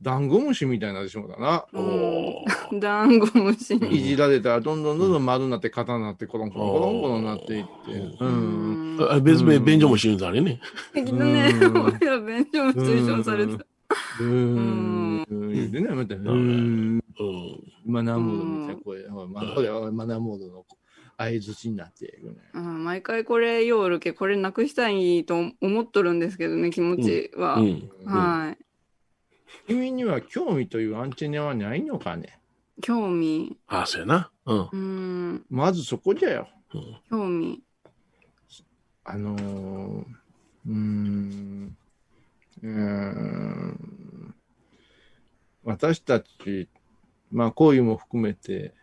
Speaker 3: う、ダンゴムシみたいになってしまったな。
Speaker 4: おおー。
Speaker 2: ダンゴムシ
Speaker 4: うん
Speaker 3: いじられたら、どんどんどんどん丸になって、肩になって、コロンコロンコロンコロンになっていって。
Speaker 4: う
Speaker 3: うん。
Speaker 4: あ別名、便所も知るんだ、あれね。
Speaker 2: きっとね、
Speaker 3: うん
Speaker 2: 俺ら便所もシチュエーションされてた。
Speaker 3: うーん。言うてね、また、うーん。
Speaker 4: うん。
Speaker 3: マナーモードみたいな声、おいまこれはマナーモードの相づちになっていくね。
Speaker 2: うん毎回これようるけ、これなくしたいと思っとるんですけどね、気持ちは。
Speaker 4: うん。
Speaker 2: はい。
Speaker 3: 君には興味というアンテナはないのかね
Speaker 2: 興味。
Speaker 4: ああ、そうやな。うん。
Speaker 2: うん、
Speaker 3: まずそこじゃよ。
Speaker 2: 興味。
Speaker 3: あのー、うーん、うーん、私たち、まあ、行為も含めて、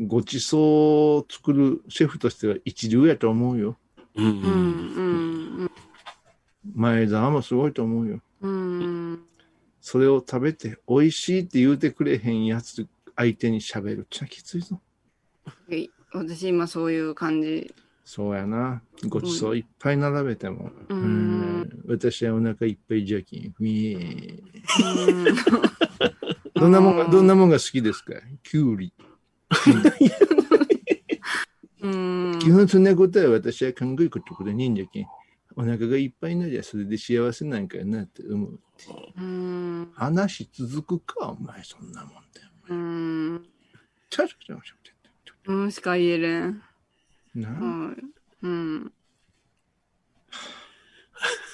Speaker 3: ごちそうを作るシェフとしては一流やと思うよ。
Speaker 4: うん。う
Speaker 2: うん、
Speaker 4: ん。
Speaker 2: うん、
Speaker 3: 前澤もすごいと思うよ。
Speaker 2: うん。
Speaker 3: それを食べて、美味しいって言うてくれへんやつ相手に喋るっちゃきついぞ。
Speaker 2: はい私今そういう感じ。
Speaker 3: そうやな。ごちそういっぱい並べても。
Speaker 2: う。
Speaker 3: うんん私はお腹いっぱいじゃきん。ふいー
Speaker 2: うん
Speaker 3: どんなもんが、どんなもんが好きですかきゅうり。
Speaker 2: うん。
Speaker 3: 基本そんなことは私は考えることでねえんじゃけん。お腹がいっぱいになりゃそれで幸せなんかやなって思う。
Speaker 2: うん。
Speaker 3: 話続くか、お前そんなもんだよ。
Speaker 2: うん。
Speaker 3: ちゃちゃちゃちゃちゃちゃち
Speaker 2: うんしか言えれん。う
Speaker 3: なあ
Speaker 2: ん。うん。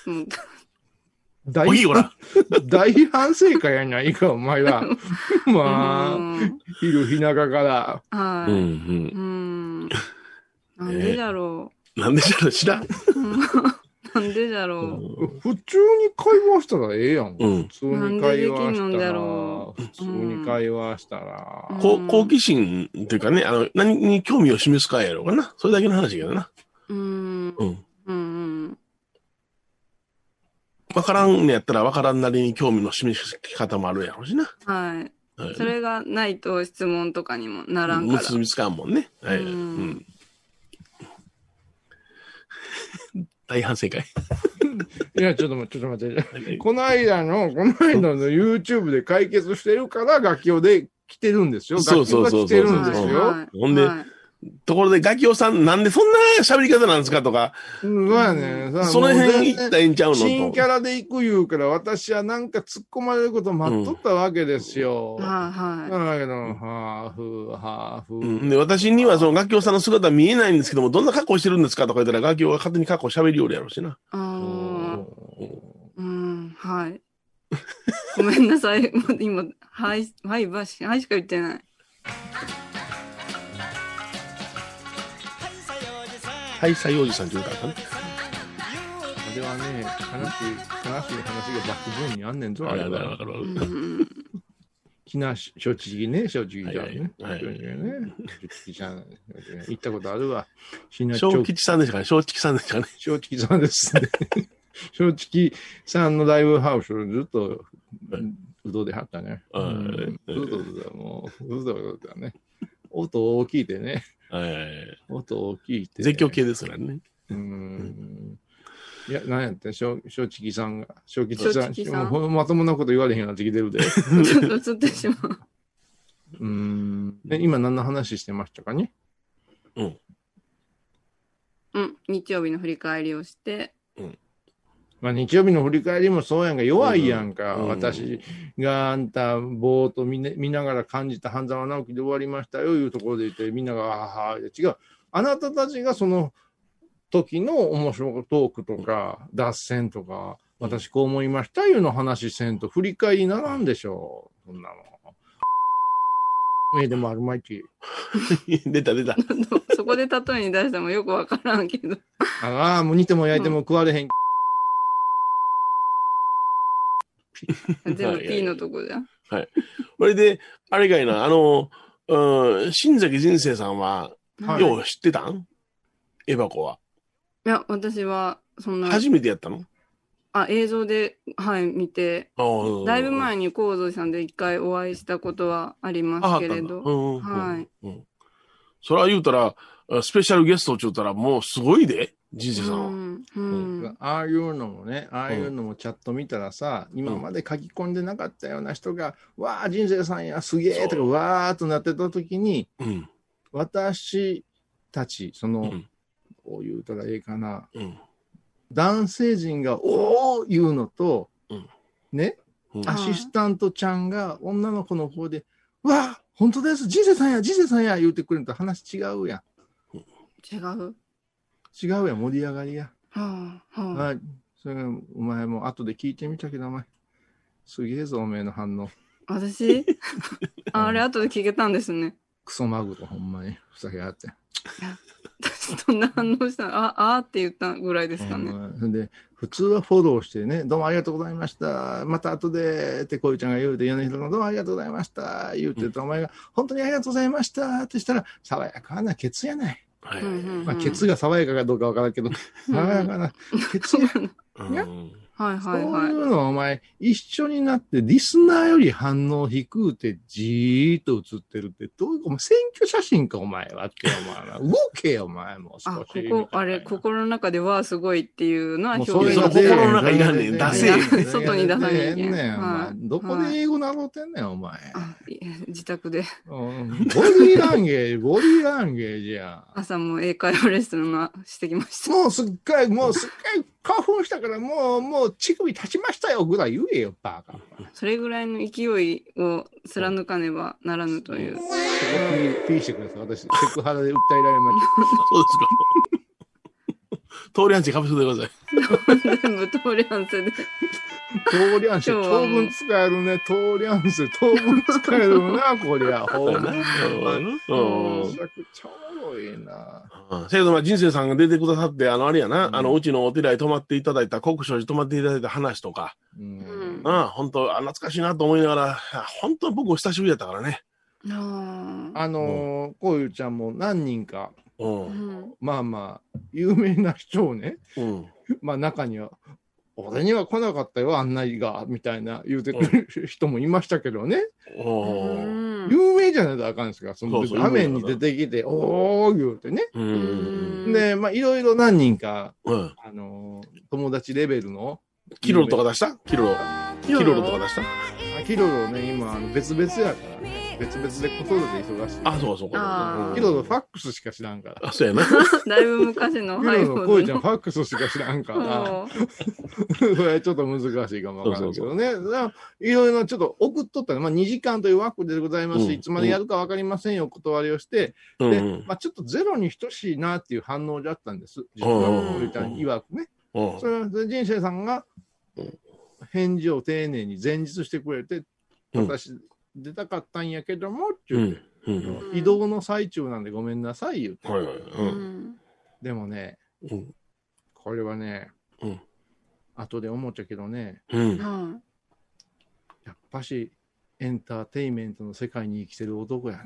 Speaker 2: もう
Speaker 3: 大
Speaker 4: おいいよ、ほら。
Speaker 3: 大反省会やないか、お前は。ま
Speaker 2: う
Speaker 3: あ、
Speaker 2: ん
Speaker 3: 昼日中から。
Speaker 2: は
Speaker 4: う
Speaker 2: い。
Speaker 4: んう。
Speaker 2: うんん。なんでだろ
Speaker 4: なんでじゃろ、知らん。
Speaker 2: う。うんなんでだろう。
Speaker 3: 普通に会話したらええやん。
Speaker 4: うん
Speaker 3: 普通
Speaker 2: なん
Speaker 3: に会話
Speaker 2: でできん
Speaker 3: し
Speaker 2: の
Speaker 3: た
Speaker 2: だ
Speaker 3: ら
Speaker 2: ろ。
Speaker 3: 普通に会話したら。
Speaker 2: うん
Speaker 4: こう好奇心っていうかね、あの、何に興味を示すかやろうかな。それだけの話やけどな。
Speaker 2: うん。
Speaker 4: うん。
Speaker 2: うん。
Speaker 4: わからんのやったらわからんなりに興味の示し方もあるやろうしな。
Speaker 2: はい。
Speaker 4: はい
Speaker 2: それがないと質問とかにもならんから。
Speaker 4: 結びつかんもんね。はい。
Speaker 2: うん
Speaker 4: うん。大反省会。
Speaker 3: いや、ちょっと待って、ちょっと待って。この間の、この間の YouTube で解決してるから、楽器をで来てるんですよ。
Speaker 4: そうそうそう
Speaker 3: 楽器が来てるん
Speaker 2: は
Speaker 3: です
Speaker 2: い
Speaker 3: よ。
Speaker 2: はい
Speaker 4: ほんで
Speaker 2: はい
Speaker 4: ところで、ガキオさん、なんでそんな喋り方なんですかとか、
Speaker 3: うんそうやね。さあ
Speaker 4: その辺行ったらええんちゃうの
Speaker 3: 新キャ
Speaker 4: と。
Speaker 3: ラで行く言うから、私はなんか突っ込まれること待っとったわけですよ。
Speaker 2: はいは
Speaker 3: だけど、はあ、ふあ、はあ、ふあ。
Speaker 4: うん、で私にはそのガキオさんの姿見えないんですけども、どんな格好してるんですかとか言ったら、ガキオが勝手に格好喋りよるやろうしな。
Speaker 2: い。うん。
Speaker 3: お
Speaker 2: うん。はい。ごめんなさい。もう今、はい、はい、ばし、はいしか言ってない。
Speaker 4: はい、西洋寺さんっていうかね。
Speaker 3: あれはね、悲しい、悲しい話がバックボーンにあんねんぞ、
Speaker 4: わ
Speaker 3: あ
Speaker 4: かる
Speaker 3: れ
Speaker 4: わかるわ
Speaker 3: は。
Speaker 4: かる。
Speaker 2: うん。
Speaker 3: きな、正直ね、正直じゃね。
Speaker 4: はいはい
Speaker 3: 正直ね。正直じゃん。行ったことあるわ。ひな
Speaker 4: 小吉さんでしたかね小吉さんでしたかね
Speaker 3: 正直さんですね。 (laughs) 正直さんのライブハウスをずっと
Speaker 4: はいう
Speaker 3: どで張ったね。
Speaker 4: は
Speaker 3: う
Speaker 4: い
Speaker 3: んずっとうどだ、もう、うどだね。音大きいでね。
Speaker 4: はいはいはい。
Speaker 3: 音大きいで、
Speaker 4: 絶叫。系ですからね。
Speaker 3: うん。いや、なんやって、正正直さんが、正吉さん、
Speaker 2: 正直さん
Speaker 3: もうまともなこと言われへんようになってきてるで。
Speaker 2: ちょっと映ってしまう。
Speaker 3: うん。え今何の話してましたかね
Speaker 2: うん。日曜日の振り返りをして、
Speaker 3: まあ、日曜日の振り返りもそうやんか、弱いやんか。
Speaker 4: うん
Speaker 3: 私があんた、ぼーっと見,、ね、見ながら感じた半沢直樹で終わりましたよ、いうところで言って、みんなが、あはは、いや違う。あなたたちがその時の面白いトークとか、脱線とか、私こう思いました、いうの話せんと、振り返りならんでしょう。そんなの。え、でもあるまいち。
Speaker 4: (laughs) 出た出た。
Speaker 2: そこで例えに出してもよくわからんけど。
Speaker 3: ああ、もう煮ても焼いても食われへん。
Speaker 2: 全部 P のとこじゃん。
Speaker 4: これで、あれがいな、あの、うん、新崎人生さんは、
Speaker 3: はい
Speaker 4: よう知ってたんエバコは。
Speaker 2: いや、私は、そんな、
Speaker 4: 初めてやったの
Speaker 2: あ、映像で、はい、見て、だいぶ
Speaker 4: に
Speaker 2: 前に幸三さんで一回お会いしたことはありますけれど、
Speaker 4: ど
Speaker 2: は。
Speaker 4: うん
Speaker 2: い
Speaker 4: うんうんそれは言うたら、あスペシャルゲストって言うたら、もうすごいで、人
Speaker 2: う
Speaker 4: 生さんは。
Speaker 2: ん、うん、
Speaker 3: ああいうのもね、ああいうのもチャット見たらさ、今まで書き込んでなかったような人が、わあ、人生さんや、すげえと
Speaker 4: そ
Speaker 3: か、わーっとなってた時に、
Speaker 4: うん。
Speaker 3: 私たち、その、
Speaker 4: うん
Speaker 3: こう言うたらええかな、
Speaker 4: うん。
Speaker 3: 男性陣が、おお言うのと、
Speaker 4: うん
Speaker 3: ね、
Speaker 4: うん
Speaker 3: アシスタントちゃんが女の子の方で、わあ、本当です、人生さんや、人生さんや、言うてくれると話違うやん。
Speaker 2: 違う。は
Speaker 3: 違うやん、盛り上がりや。
Speaker 2: あ、はあ、
Speaker 3: はい。それがお前も後で聞いてみたけど、お前。すげえぞ、おめえの反応。
Speaker 2: 私 (laughs) ああれ、後で聞けたんですね。
Speaker 3: クソマグロ、ほんまに。ふざけやがって。
Speaker 2: 私、どんな反応したのあ、あーって言ったぐらいですかね。
Speaker 3: うんで、普通はフォローしてね、どうもありがとうございました。また後で、ってこういちゃんが言うて、米広のどうもありがとうございました。言うてた、お前が、本当にありがとうございました。ってしたら、爽やかなケツやない。
Speaker 4: はい。
Speaker 2: うんうんうん
Speaker 3: まあ、ケツが爽やかかどうかわからんけど、
Speaker 2: うん
Speaker 3: 爽やかなケツや。
Speaker 4: うん
Speaker 2: (laughs) はいはい
Speaker 3: そうい
Speaker 2: は
Speaker 3: うのはお前、一緒になって、リスナーより反応低うて、じーっと映ってるって、どういう、お前、選挙写真か、お前はって、お前
Speaker 2: (laughs)
Speaker 3: は。動けよ、お前もう少
Speaker 2: あ、こ
Speaker 3: し。
Speaker 2: こ、あれ、心の中ではすごいっていうのは
Speaker 3: もう
Speaker 2: 表
Speaker 3: そ
Speaker 2: 現
Speaker 3: れが
Speaker 4: その心の中いらんねん出せ
Speaker 2: よ外に出さなきゃいけん
Speaker 3: 出えねんお
Speaker 2: は
Speaker 3: 前
Speaker 2: い
Speaker 3: どこで英語習うてんねん、お前。
Speaker 2: あいえ自宅で
Speaker 3: うんボディーランゲージ、ボディーランゲージやん。
Speaker 2: 朝も英会話レッスンをしてきました。
Speaker 3: もうすっかり、もうすっかり興奮したから、もう、ももう乳首立ちましたよぐらい言えよ、バカ。
Speaker 2: それぐらいの勢いを貫かねばならぬという。
Speaker 3: そこピーピーしてください。私、セクハラで訴えられまし
Speaker 4: そうですか。通 (laughs) りアンチかぶせてください。
Speaker 2: 全部通り合わせで。
Speaker 3: た。通りゃんせ、
Speaker 2: 今日はもう
Speaker 3: 当分使えるね。通りゃんせ、当分使えるな、こりゃ。ほんま。
Speaker 4: うん
Speaker 3: めちゃくちゃおもろいな。
Speaker 4: うんせやけど、まあ、人生さんが出てくださって、あの、あれやな、
Speaker 3: うん
Speaker 4: あの、うちのお寺に泊まっていただいた、国書寺泊まっていただいた話とか、
Speaker 3: う
Speaker 2: うんん。
Speaker 4: うん、本当あ懐かしいなと思いながら、あ本当僕お久しぶりだったからね。
Speaker 2: あ
Speaker 3: あのー、こういうちゃんも何人か、
Speaker 4: う。
Speaker 2: ーうんん
Speaker 3: まあまあ、有名な人をね、
Speaker 4: うん。
Speaker 3: まあ中には、俺には来なかったよ、案内が、みたいな言うてくる人もいましたけどね。
Speaker 4: おー
Speaker 3: 有名じゃないとあかんですから、その
Speaker 4: そうそう
Speaker 3: 画面に出てきて、おー言うてね。
Speaker 4: うん。うん。
Speaker 3: で、まあいろいろ何人か、
Speaker 4: うん。
Speaker 3: あのー友達レベルの、
Speaker 4: キロロとか出したキロロ。キロロとか出した
Speaker 3: あキロロね、今、あの別々やからね。別々で子育て忙しい。
Speaker 4: あ、そうかそう
Speaker 2: あ
Speaker 4: か。
Speaker 2: ー
Speaker 3: キロロファックスしか知らんから。
Speaker 4: あ、そうやな。
Speaker 2: だいぶ昔の
Speaker 3: キロロの
Speaker 2: の
Speaker 3: 声ちゃんファックスしか知らんから、
Speaker 2: うん
Speaker 3: そ (laughs) れはちょっと難しいかもわからんけどね。だからいろいろちょっと送っとったら、まあ2時間という枠でございます
Speaker 4: うん
Speaker 3: し、いつまでやるかわかりませんよ、お断りをして、
Speaker 4: うんう
Speaker 3: で
Speaker 4: ん、。
Speaker 3: まあちょっとゼロに等しいなっていう反応だったんです。自
Speaker 4: う
Speaker 3: 分
Speaker 4: ん
Speaker 3: はこういうちゃん曰くね。
Speaker 4: うん
Speaker 3: それはで人生さんが返事を丁寧に前日してくれて、
Speaker 4: うん
Speaker 3: 私出たかったんやけどもって
Speaker 4: う
Speaker 3: 言って
Speaker 4: ん。うん。
Speaker 2: うん
Speaker 3: 移動の最中なんでごめんなさい言うて。
Speaker 4: はいはい。う。
Speaker 2: うんん
Speaker 3: でもね、
Speaker 4: うん。
Speaker 3: これはね、
Speaker 4: うん
Speaker 3: 後で思っちゃけどね、
Speaker 4: うん。
Speaker 2: は
Speaker 3: やっぱしエンターテインメントの世界に生きてる男や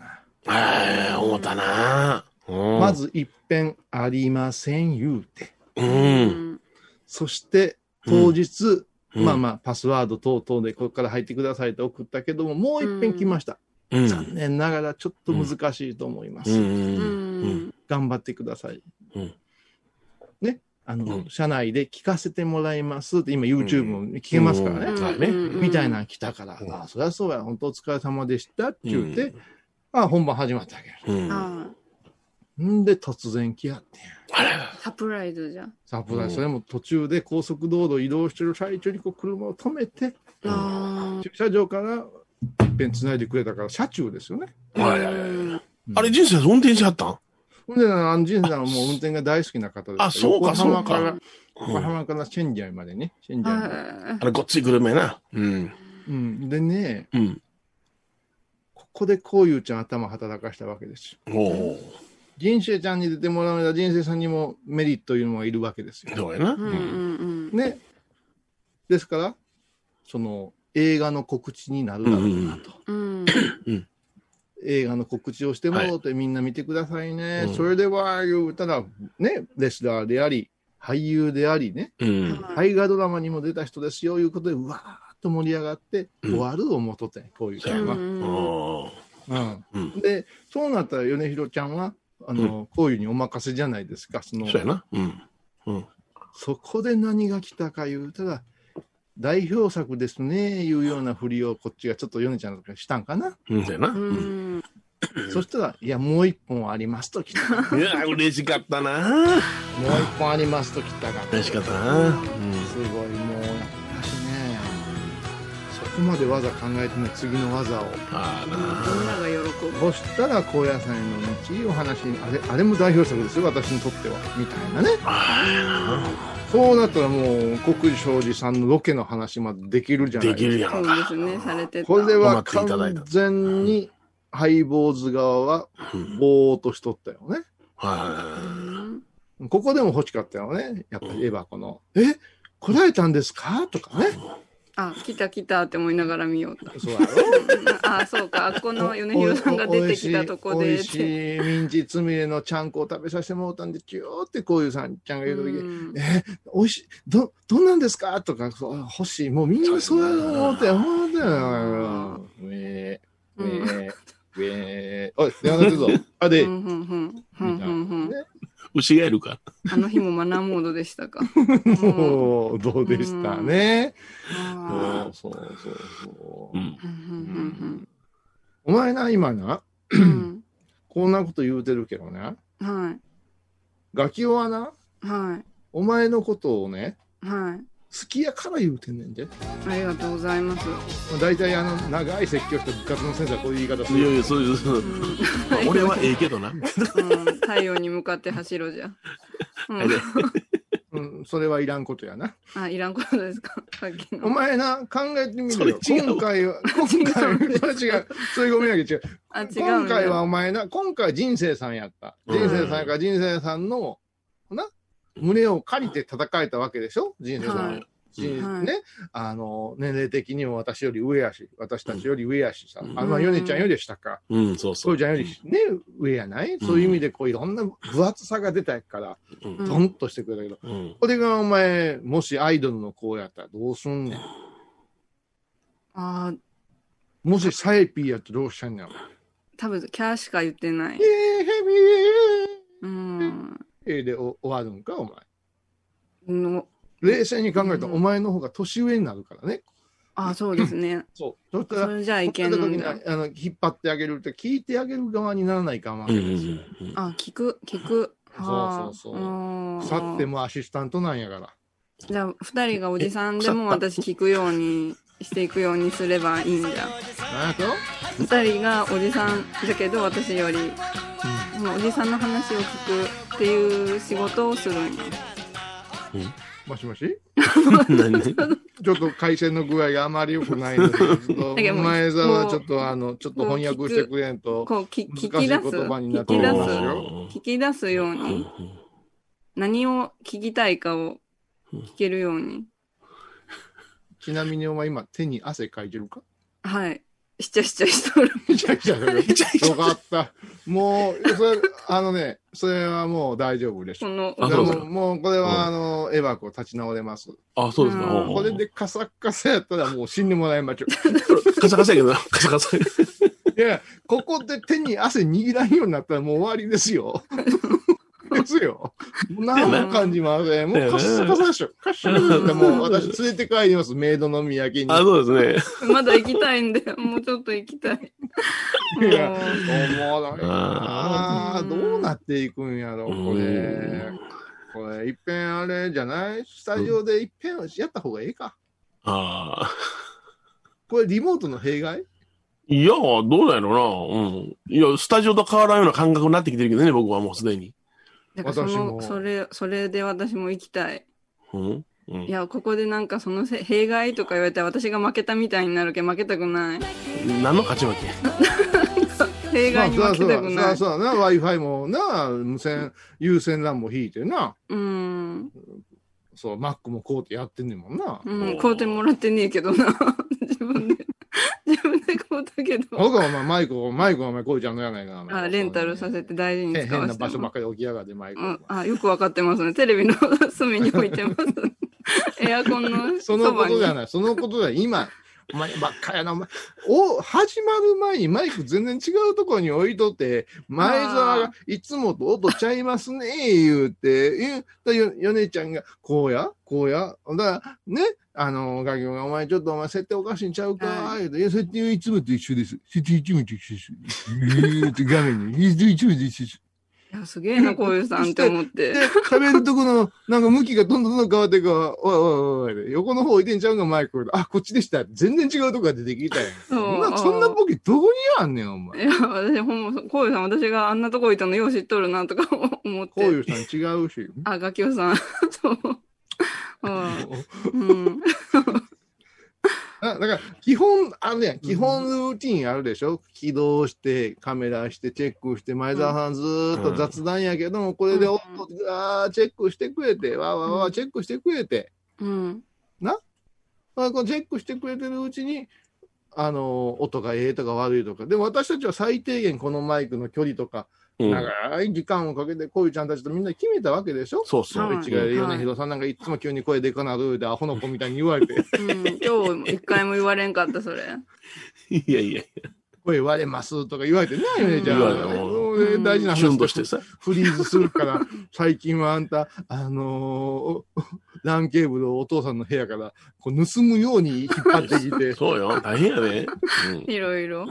Speaker 3: な。
Speaker 4: はい、思ったな。うん
Speaker 3: ま。ず一遍ありません言うて。
Speaker 4: う
Speaker 2: い
Speaker 4: ん。
Speaker 3: そして当日、
Speaker 4: うん
Speaker 3: まあまあパスワード等々でここから入ってくださいと送ったけども、もう一遍来ました。
Speaker 4: うん。。
Speaker 3: 残念ながらちょっと難しいと思います。
Speaker 2: うんん
Speaker 3: 頑張ってください。
Speaker 4: うん
Speaker 3: ね、あの、
Speaker 4: うん
Speaker 3: 社内で聞かせてもらいますって、今 YouTube も聞けますからね。
Speaker 4: うん
Speaker 2: うん
Speaker 4: はいね
Speaker 2: うん
Speaker 3: みたいなの来たから、
Speaker 4: うん
Speaker 3: あそりゃそうや、本当お疲れ様でしたって言って、
Speaker 4: う
Speaker 3: あ本番始まったわけ
Speaker 4: うん。
Speaker 2: はい
Speaker 3: や。んで、突然来やってん
Speaker 4: あら
Speaker 2: サプライズじゃん
Speaker 3: サプライズ、
Speaker 4: うん
Speaker 3: それも途中で高速道路移動してる最中にこう車を止めて、
Speaker 4: うん
Speaker 2: あ
Speaker 3: 駐車場から一遍繋いでくれたから、車中ですよね。
Speaker 2: ー
Speaker 4: はいはいはい
Speaker 2: うん
Speaker 4: あれ、人生運転しはったん
Speaker 3: ほんで、あの、ジンさんはもう運転が大好きな方ですから。
Speaker 4: あそうか
Speaker 3: 横浜
Speaker 4: そう
Speaker 3: ら
Speaker 4: か
Speaker 3: 横浜からチェンジャイまでね。チェンジャイまで。
Speaker 2: は
Speaker 4: あれ、ごっついグルメな。うん。
Speaker 3: うん。でね、
Speaker 4: うん。
Speaker 3: ここでこういうちゃん頭働かしたわけですよ。
Speaker 4: おお。
Speaker 3: 人生ちゃんに出てもらう間、人生さんにもメリットいうのはいるわけですよ。
Speaker 4: どうやな。
Speaker 2: いうんうんうん
Speaker 3: ね。ですから、その、映画の告知になるだろうなと。
Speaker 2: うん
Speaker 3: 映画の告知をしてもらって、みんな見てくださいね。
Speaker 4: うん
Speaker 3: それでは、言うたら、ね、レスラーであり、俳優でありね、
Speaker 4: うん。
Speaker 3: 大河ドラマにも出た人ですよ、いうことで、うわーっと盛り上がって、
Speaker 4: うん
Speaker 3: 終わるを元手、こういう
Speaker 4: そう
Speaker 3: 会
Speaker 4: や
Speaker 3: 話
Speaker 4: な。
Speaker 2: うん
Speaker 4: お
Speaker 3: うん
Speaker 4: うん
Speaker 3: で、そうなったら、米広ちゃんは、あの、こういうにお任せじゃないですか。その
Speaker 4: そうやな。うん。
Speaker 3: そこで何が来たか言うたら、代表作ですね、いうようなふりをこっちがちょっと米ちゃんとかしたんかな。
Speaker 4: うん。そうやな。う。
Speaker 2: うんん
Speaker 3: そしたら、いや、もう一本ありますと来た。もう
Speaker 4: いや、嬉しかったな。
Speaker 3: 一本ありますと来たが。
Speaker 4: 嬉しかったな。
Speaker 3: すごい、もう、やっぱしね、そこまで技考えてない次の技を。
Speaker 4: あ
Speaker 2: みんなが喜ぶ
Speaker 3: そしたら高野菜の道いいお話にあれあれも代表作ですよ私にとってはみたいなねそうなったらもう国商寺さんのロケの話までできるじ
Speaker 4: あ。
Speaker 3: ゃな
Speaker 4: で
Speaker 3: い
Speaker 4: き
Speaker 3: で
Speaker 4: る
Speaker 3: す
Speaker 4: や
Speaker 2: そ
Speaker 4: ん
Speaker 2: う
Speaker 4: か。
Speaker 2: ですねされて
Speaker 3: か
Speaker 2: た
Speaker 3: これでは
Speaker 4: 頑張っていただいた
Speaker 3: 完全にハイボーズ側は
Speaker 4: うん
Speaker 3: ぼーっとしとったよね
Speaker 4: はいは
Speaker 2: う
Speaker 4: いはい。
Speaker 2: ん
Speaker 3: ここでも欲しかったよねやっぱりエヴァこの「え答えたんですか?」とかね
Speaker 2: あ来た来たって思いながら見ようと
Speaker 3: そうやろ
Speaker 2: あそうか、あこの米広さんが出てきたとこ
Speaker 3: お
Speaker 2: で
Speaker 3: いしい
Speaker 2: って。
Speaker 3: おいしいミンチつみれのちゃんこを食べさせてもらったんでちゅよってこういうさんちゃんが言う時、
Speaker 2: うん
Speaker 3: えおいしい、ど、どんなんですかとか、そう欲しい。もうみんなそうやと思って、思うんだよ。ウェー、ウ
Speaker 2: うん
Speaker 3: ェー、ウェー。おい、電話鳴ってる (laughs) ぞ。あ、
Speaker 2: う
Speaker 3: で、
Speaker 2: んうんうんうんうんうん
Speaker 3: ね
Speaker 4: 牛がいるか。
Speaker 2: あの日もマナーモードでしたか。うん
Speaker 3: もう、どうでしたね。
Speaker 2: あ
Speaker 3: そうそうそうそう
Speaker 4: う。ん。
Speaker 2: ーうん
Speaker 3: お前な、今な、
Speaker 2: うんうん
Speaker 3: こんなこと言うてるけどね、
Speaker 2: うんはい
Speaker 3: ガキオはな、
Speaker 2: は
Speaker 3: お前のことをね、
Speaker 2: いはい
Speaker 3: 好きやから言うてんねんで。ま
Speaker 2: ありがとうございます。
Speaker 3: あ、大体あの、長い説教した部活の先生はこういう言い方す
Speaker 4: いや
Speaker 3: る。
Speaker 4: いや、そうです。まあ俺はええけどな。
Speaker 2: うん、太陽に向かって走ろうじゃ。うん、
Speaker 3: うん、それはいらんことやな。
Speaker 2: あ、いらんことですか。さっきの。
Speaker 3: お前な、考えてみるよ。
Speaker 4: それ違う
Speaker 3: 今回は、今
Speaker 4: (laughs)
Speaker 3: 回は、それ違う。それごめんやけど違う。
Speaker 2: あ、違うんだ
Speaker 3: 今回はお前な、今回は人生さんやった。
Speaker 4: うん
Speaker 3: 人生さんやから人生さんの、な、胸を借りて戦えたわけでしょ人生さんは。
Speaker 2: はい
Speaker 3: 人
Speaker 2: はい
Speaker 3: ね、あの、年齢的にも私より上やし、私たちより上やしさ、
Speaker 4: うん
Speaker 3: あまあ、ヨネちゃんよりは下か、
Speaker 4: うん、そう
Speaker 3: そ
Speaker 4: そうう。
Speaker 3: ちゃんよりね、上やない、そういう意味で、こう、いろんな分厚さが出たから、
Speaker 4: うん
Speaker 2: うん
Speaker 3: ドンとしてくれたけど、
Speaker 4: うん。
Speaker 3: これがお前、もしアイドルの子やったらどうすんねん。
Speaker 2: あー、
Speaker 3: もしサエピーやったらどうしたんねん。え
Speaker 2: 多分キャーしか言ってない
Speaker 3: ー、。ヘビ
Speaker 2: うん。
Speaker 3: ーえーでお終わるんか、お前。
Speaker 2: の、
Speaker 3: 冷静に考えた
Speaker 2: う
Speaker 3: ら、
Speaker 2: ん
Speaker 3: お前の方が年上になるからね。
Speaker 2: あ、そうですね。
Speaker 3: そう。そした
Speaker 2: そ
Speaker 3: ら、
Speaker 2: れじゃあいけん
Speaker 3: そ
Speaker 2: の
Speaker 3: うい
Speaker 2: ん
Speaker 3: った
Speaker 2: だ
Speaker 3: 時。にあの引っ張ってあげるって、聞いてあげる側にならないかんわ
Speaker 4: う
Speaker 3: け
Speaker 4: んう
Speaker 3: ですよ。
Speaker 4: んうん
Speaker 2: あ、聞く、聞く。はあ
Speaker 3: そうそうそう
Speaker 2: ー
Speaker 3: 腐ってもアシスタントなんやから。
Speaker 2: じゃあ、二人がおじさんでも私聞くようにしていくようにすればいいんだ。
Speaker 3: なんやと
Speaker 2: 二人がおじさんだけど私より、もうおじさんの話を聞くっていう仕事をするんよ。
Speaker 3: もしもし
Speaker 4: うん何
Speaker 3: ちょっと回線の具合があまり良くない (laughs) ので、ちょっと
Speaker 2: けどもう
Speaker 3: 前澤
Speaker 2: もう
Speaker 3: ちょっとあの、ちょっと翻訳してくれんと。
Speaker 2: こうき聞
Speaker 3: 難し
Speaker 2: き
Speaker 3: い
Speaker 2: 出
Speaker 3: 言
Speaker 2: す
Speaker 3: 葉にな
Speaker 2: 聞
Speaker 3: って
Speaker 2: き
Speaker 3: る
Speaker 2: 出
Speaker 3: ん
Speaker 2: す
Speaker 3: ですよ
Speaker 2: 聞き出すように何を聞きたいかを聞けるように
Speaker 3: ちなみにお前今手に汗かいてるか
Speaker 2: はいしちゃしちゃしとる (laughs)
Speaker 3: いやいやいやよかった。もう、それ、あのね、それはもう大丈夫でし
Speaker 2: こ
Speaker 3: ょ。
Speaker 2: の
Speaker 4: あ
Speaker 3: で
Speaker 4: そう
Speaker 3: も
Speaker 4: です
Speaker 3: う
Speaker 4: か
Speaker 3: もうこれはあの、エヴァ子立ち直れます。
Speaker 4: あ、そうですか。
Speaker 2: うん
Speaker 4: ほうほう
Speaker 3: これでカサッカサやったらもう死んでもらいましょう。 (laughs)
Speaker 4: カサカサやけどな。カサカサ。
Speaker 3: いや、ここで手に汗握らんようになったらもう終わりですよ。 (laughs) ですよ。もう何も感じません。もうカッサカサでしょ。カッサカサだってもう私連れて帰ります。メイドの宮城に。
Speaker 4: あ、
Speaker 3: もう
Speaker 4: そうです
Speaker 2: (laughs)
Speaker 4: ね。
Speaker 2: まだ行きたいんでもうちょっと行きたい
Speaker 3: いや
Speaker 2: も
Speaker 3: あ
Speaker 2: あー
Speaker 3: どうなっていくんやろ、これ。これ、いっぺんあれじゃないスタジオでいっぺんやった方がいいか。
Speaker 4: ああ。
Speaker 3: これリモートの弊害
Speaker 4: いや、どうなんやろうな。うん。いや、スタジオと変わらんような感覚になってきてるけどね、僕はもうすでに。
Speaker 2: うだからそ
Speaker 3: 私も
Speaker 2: のそれそれで私も行きたい
Speaker 4: うん。うん
Speaker 2: いやここでなんかそのせ弊害とか言われたら私が負けたみたいになるけん負けたくない
Speaker 4: 何の勝ち負け
Speaker 2: 弊害に
Speaker 3: まあ
Speaker 2: 負
Speaker 3: そ
Speaker 2: け
Speaker 3: う
Speaker 2: た
Speaker 3: だ
Speaker 2: く
Speaker 3: そう
Speaker 2: な
Speaker 3: だ
Speaker 2: い
Speaker 3: そうだな、Wi-Fi もな、無線、有線 LAN も引いてな、
Speaker 2: うん
Speaker 3: そう、Mac もこうってやってんねんもんな。
Speaker 2: うん、買うてもらってねえけどな。 (laughs) 自分で、 (laughs) 自分で買うたけど。
Speaker 3: 僕はお前、マイクを、マイクはお前、こうちゃんのやないか。お前
Speaker 2: あ、レンタルさせて大事に
Speaker 3: 変
Speaker 2: 使
Speaker 3: 変
Speaker 2: わ
Speaker 3: な
Speaker 2: せて
Speaker 3: 場所ば
Speaker 2: も
Speaker 3: っかり起きやがって、マイク。
Speaker 2: うん、あ、よくわかってますね。テレビの隅に置いてます。 (laughs) エアコンのそ
Speaker 3: そのこ
Speaker 2: ばに
Speaker 3: とじ。ゃない、そのことだよ、今。 (laughs) お前ばっかやな、お前。お、始まる前にマイク全然違うところに置いとって、前澤がいつもと音ちゃいますね、言うて、言うたよ、よねちゃんが、こうや、こうや。だから、ね、あの、ガキが、お前ちょっとお前設定おかしいんちゃうか、
Speaker 2: は
Speaker 3: 言うて、いや、設定いつもと一緒です。設定いつもと一緒です。言うて画面に、いつもと一緒です。
Speaker 2: いや、すげえな、こういうさんって思っ
Speaker 3: で
Speaker 2: て。、
Speaker 3: 喋るとこの、なんか向きがどんどんどんどん変わっていくわおいおいおいおい、横の方置いてんちゃうんか、マイク。あ、こっちでした。全然違うとこが出てきたやん。そんな、そんなボケどこにあんねん、お
Speaker 2: い
Speaker 3: 前。
Speaker 2: や、私、ほんま、こういうさん、私があんなとこいたのよう知っとるな、とか (laughs) 思っ
Speaker 3: こうい
Speaker 2: て。
Speaker 3: うさん違うし。
Speaker 2: あ、ガキオさん。 (laughs) そう。うん。うん
Speaker 3: あだから、基本、あるやん。基本ルーティンあるでしょ起動して、カメラして、チェックして、前澤さんずーっと雑談やけども、これで、
Speaker 2: うん
Speaker 3: おっと、あーチェックしてくれて、わーわーわー、チェックしてくれて。
Speaker 2: うん。
Speaker 3: まあ、こうチェックしてくれてるうちに、あの音がええとか悪いとか、でも私たちは最低限このマイクの距離とか、
Speaker 4: うん。
Speaker 3: 長い時間をかけて、こういうちゃんたちとみんな決めたわけでしょ。
Speaker 4: そうそう。
Speaker 2: はい
Speaker 3: 一概で
Speaker 2: は
Speaker 3: 米
Speaker 2: い
Speaker 3: 広さんなんかいつも急に声でかなるで、アホの子みたいに言われて、
Speaker 2: うん。今日、一回も言われんかった、それ。
Speaker 4: いやいや、
Speaker 3: (laughs)
Speaker 4: (laughs)
Speaker 3: 声割れますとか言われてね、米ちゃん。
Speaker 4: 言われたもん
Speaker 3: そうね大事な
Speaker 4: シュン
Speaker 3: 話
Speaker 4: としてさ。
Speaker 3: フリーズするから、最近はあんた、あのー、 (laughs) ランケーブルをお父さんの部屋からこう盗むように引っ張ってきて、
Speaker 4: そうよ。大変やね。 (laughs)
Speaker 2: いろいろ。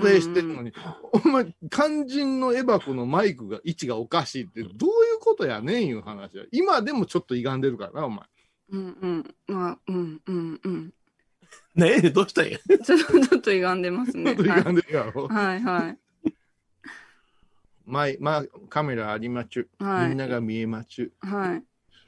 Speaker 3: プレイしてるのに、お前、肝心のエバコのマイクが位置がおかしいって、どういうことやねんいう話や。今でもちょっと歪んでるからな、お前。
Speaker 2: うんうん。まあ、うんうんうん。
Speaker 4: ねえ、どうしたんや。
Speaker 2: ちょっと、ちょっと歪んでますね。
Speaker 3: と
Speaker 2: はい
Speaker 3: 歪んでるやろ。
Speaker 2: はいはい。
Speaker 3: 前、まあ、カメラありまちゅ。
Speaker 2: はい
Speaker 3: みんなが見えまちゅ。
Speaker 2: はい。